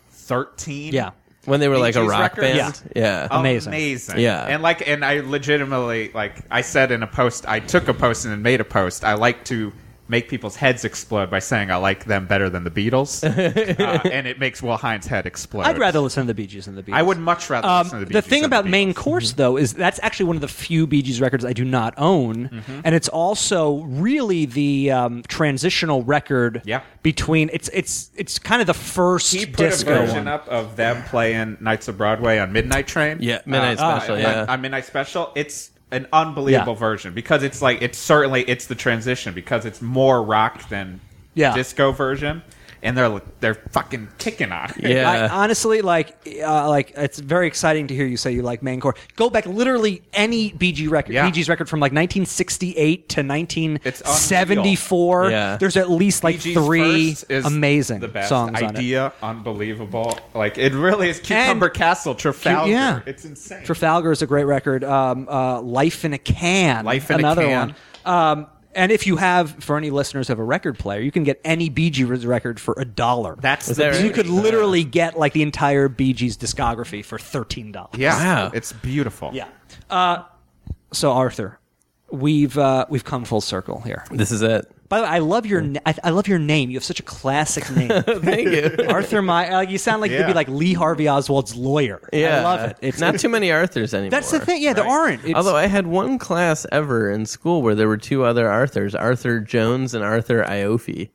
Speaker 3: thirteen.
Speaker 4: yeah, Oh.
Speaker 6: when they were
Speaker 3: Bee
Speaker 6: like a
Speaker 3: Gees
Speaker 6: rock
Speaker 3: records?
Speaker 6: band. Yeah,
Speaker 4: Amazing.
Speaker 3: amazing.
Speaker 6: Yeah.
Speaker 3: and like, and I legitimately like I said in a post, I took a post and then made a post. I like to make people's heads explode by saying I like them better than the Beatles, uh, and it makes Will Hines' head explode.
Speaker 4: I'd rather listen to the Bee Gees than the Beatles.
Speaker 3: I would much rather
Speaker 4: Um,
Speaker 3: listen to the Bee
Speaker 4: the
Speaker 3: Gees
Speaker 4: thing
Speaker 3: than
Speaker 4: about
Speaker 3: the Beatles. Mm-hmm.
Speaker 4: main course though is that's actually one of the few Bee Gees records I do not own,
Speaker 3: Mm-hmm.
Speaker 4: and it's also really the um, transitional record
Speaker 3: Yeah.
Speaker 4: between it's it's it's kind of the first
Speaker 3: he put
Speaker 4: disco
Speaker 3: a version
Speaker 4: one.
Speaker 3: up of them playing Nights of Broadway on Midnight Train. Uh,
Speaker 6: Yeah, Midnight Special,
Speaker 3: on-
Speaker 6: yeah.
Speaker 3: on Midnight Special. It's an unbelievable
Speaker 4: Yeah.
Speaker 3: version because it's like it's certainly it's the transition because it's more rock than
Speaker 4: Yeah.
Speaker 3: disco version, and they're they're fucking kicking on it.
Speaker 6: Yeah.
Speaker 4: I, honestly, like, uh, like it's very exciting to hear you say you like main core. Go back, literally any BG record,
Speaker 3: Yeah.
Speaker 4: BG's record from like 1968 to 1974.
Speaker 6: Yeah.
Speaker 4: There's at least like
Speaker 3: BG's
Speaker 4: three
Speaker 3: first is
Speaker 4: amazing
Speaker 3: the best
Speaker 4: songs on it.
Speaker 3: idea, unbelievable. Like it really is Cucumber Castle, Trafalgar.
Speaker 4: yeah.
Speaker 3: It's insane.
Speaker 4: Trafalgar is a great record. Um, uh, Life in a Can,
Speaker 3: Life in a
Speaker 4: another
Speaker 3: Can.
Speaker 4: one. Um, and if you have, for any listeners who have a record player, you can get any BG record for a dollar.
Speaker 3: That's
Speaker 6: Is
Speaker 3: the
Speaker 6: there-
Speaker 4: you could
Speaker 6: Yeah.
Speaker 4: literally get like the entire BG's discography for thirteen dollars.
Speaker 3: yeah.
Speaker 6: Wow.
Speaker 3: It's beautiful.
Speaker 4: Yeah. Uh, so Arthur, we've uh, we've come full circle here.
Speaker 6: this is it.
Speaker 4: By the way, I love your na- I, I love your name. You have such a classic name,
Speaker 6: Thank you.
Speaker 4: Arthur Meyer. Like you sound like you'd be
Speaker 3: Yeah.
Speaker 4: like Lee Harvey Oswald's lawyer.
Speaker 6: Yeah,
Speaker 4: I love it.
Speaker 6: It's not too many Arthurs anymore.
Speaker 4: That's the thing. Yeah, there aren't. It's,
Speaker 6: Although I had one class ever in school where there were two other Arthurs, Arthur Jones and Arthur Iofi.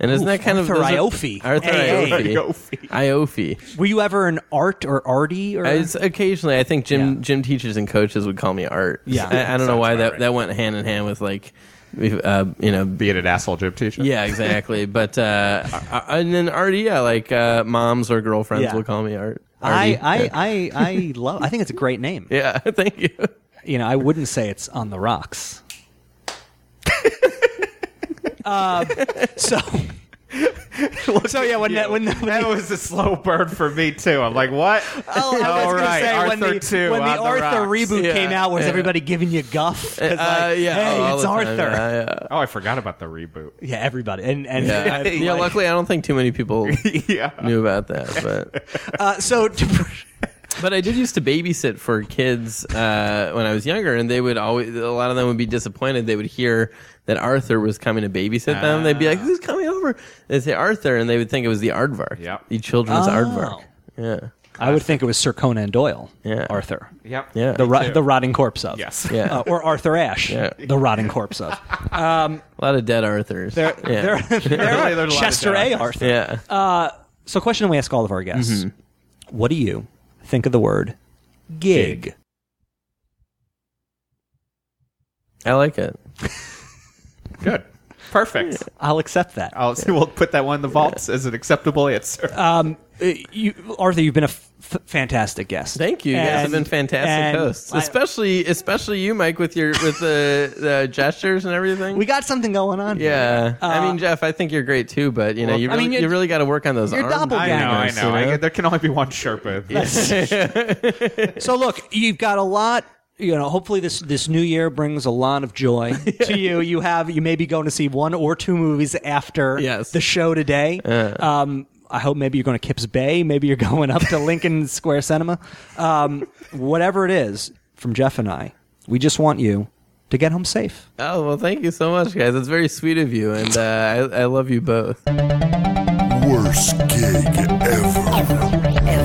Speaker 6: And isn't
Speaker 4: Ooh,
Speaker 6: that kind of those are-
Speaker 4: Arthur Ioffe.
Speaker 6: Arthur
Speaker 4: Hey,
Speaker 3: hey.
Speaker 6: Ioffe. Ioffe.
Speaker 4: Were you ever an art or arty? Or
Speaker 6: Uh, It's occasionally, I think gym
Speaker 4: Yeah.
Speaker 6: gym teachers and coaches would call me art.
Speaker 4: Yeah.
Speaker 6: I, I don't know why
Speaker 3: about
Speaker 6: that,
Speaker 3: right.
Speaker 6: that went hand in hand with like, uh, you know,
Speaker 3: Be it an asshole gym teacher.
Speaker 6: yeah, exactly. but uh, I- I- and then art, yeah, like uh, moms or girlfriends
Speaker 4: Yeah.
Speaker 6: will call me art.
Speaker 4: I,
Speaker 6: Artie.
Speaker 4: I, I, I love. I think it's a great name.
Speaker 6: yeah, thank you.
Speaker 4: You know, I wouldn't say it's on the rocks. uh, so, so yeah, when that, when, the, when
Speaker 3: That
Speaker 4: the-
Speaker 3: was a slow burn for me too. I'm like, what?
Speaker 4: Oh, I was
Speaker 3: All
Speaker 4: gonna
Speaker 3: right,
Speaker 4: say when
Speaker 3: Arthur
Speaker 4: the,
Speaker 3: two
Speaker 4: when the
Speaker 3: on the
Speaker 4: Arthur
Speaker 3: rocks.
Speaker 4: reboot
Speaker 6: Yeah,
Speaker 4: came out, was
Speaker 6: yeah.
Speaker 4: everybody giving you guff? 'Cause,
Speaker 6: Uh,
Speaker 4: like,
Speaker 6: yeah,
Speaker 4: hey,
Speaker 6: all
Speaker 4: it's
Speaker 6: the
Speaker 4: Arthur.
Speaker 6: time. Yeah,
Speaker 3: Oh, I forgot about the reboot.
Speaker 4: Yeah, everybody, and and
Speaker 6: yeah.
Speaker 4: and,
Speaker 6: yeah. yeah
Speaker 4: like-
Speaker 6: luckily, I don't think too many people
Speaker 3: Yeah.
Speaker 6: knew about that, but.
Speaker 4: uh, so to,
Speaker 6: But I did used to babysit for kids uh, when I was younger, and they would always a lot of them would be disappointed. They would hear that Arthur was coming to babysit them. They'd be like, "Who's coming over?" They'd say Arthur, and they would think it was the aardvark,
Speaker 3: Yep.
Speaker 6: the children's
Speaker 4: Oh.
Speaker 6: aardvark. Yeah,
Speaker 4: I would think it was Sir Conan Doyle,
Speaker 6: Yeah.
Speaker 4: Arthur,
Speaker 3: Yep.
Speaker 6: Yeah.
Speaker 4: the
Speaker 6: me
Speaker 4: ro- the rotting corpse of,
Speaker 3: Yes.
Speaker 6: yeah,
Speaker 4: Uh, or Arthur Ashe,
Speaker 6: Yeah.
Speaker 4: the rotting corpse of.
Speaker 6: a lot of dead Arthurs.
Speaker 4: There,
Speaker 6: yeah.
Speaker 4: there, there
Speaker 3: Really, there's a
Speaker 4: are
Speaker 3: lot of
Speaker 4: Chester A.
Speaker 3: dead
Speaker 4: Arthur.
Speaker 6: yeah.
Speaker 4: So, question we ask all of our guests:
Speaker 6: Mm-hmm.
Speaker 4: What do you think of the word gig?
Speaker 6: I like it.
Speaker 3: Good. Perfect.
Speaker 4: I'll accept that.
Speaker 3: I'll, We'll put that one in the vaults as an acceptable answer.
Speaker 4: Uh, you, Arthur, you've been a f- fantastic guest.
Speaker 6: Thank you. You guys have been
Speaker 4: And-
Speaker 6: fantastic
Speaker 4: and
Speaker 6: hosts,
Speaker 4: I-
Speaker 6: especially especially you, Mike, with your with the, the gestures and everything.
Speaker 4: we got something going on. here.
Speaker 6: yeah, I mean, Jeff, I think you're great too, but you know, you
Speaker 4: Uh, I
Speaker 6: really,
Speaker 4: mean,
Speaker 6: you
Speaker 4: you're-
Speaker 6: really got to work on those.
Speaker 4: you're
Speaker 6: arms.
Speaker 4: doppelgangers,
Speaker 3: I know, I
Speaker 6: you
Speaker 3: know. I get- there can only be one Sherpa.
Speaker 4: So look, you've got a lot. You know, hopefully this this new year brings a lot of joy to you. You have you may be going to see one or two movies after
Speaker 6: Yes. Uh.
Speaker 4: the show today. Um, I hope maybe you're going to Kips Bay. Maybe you're going up to Lincoln Square Cinema. Um, whatever it is, from Jeff and I, we just want you to get home safe.
Speaker 6: Oh well, thank you so much, guys. It's very sweet of you, and uh, I, I love you both.
Speaker 1: Worst gig ever.
Speaker 8: ever.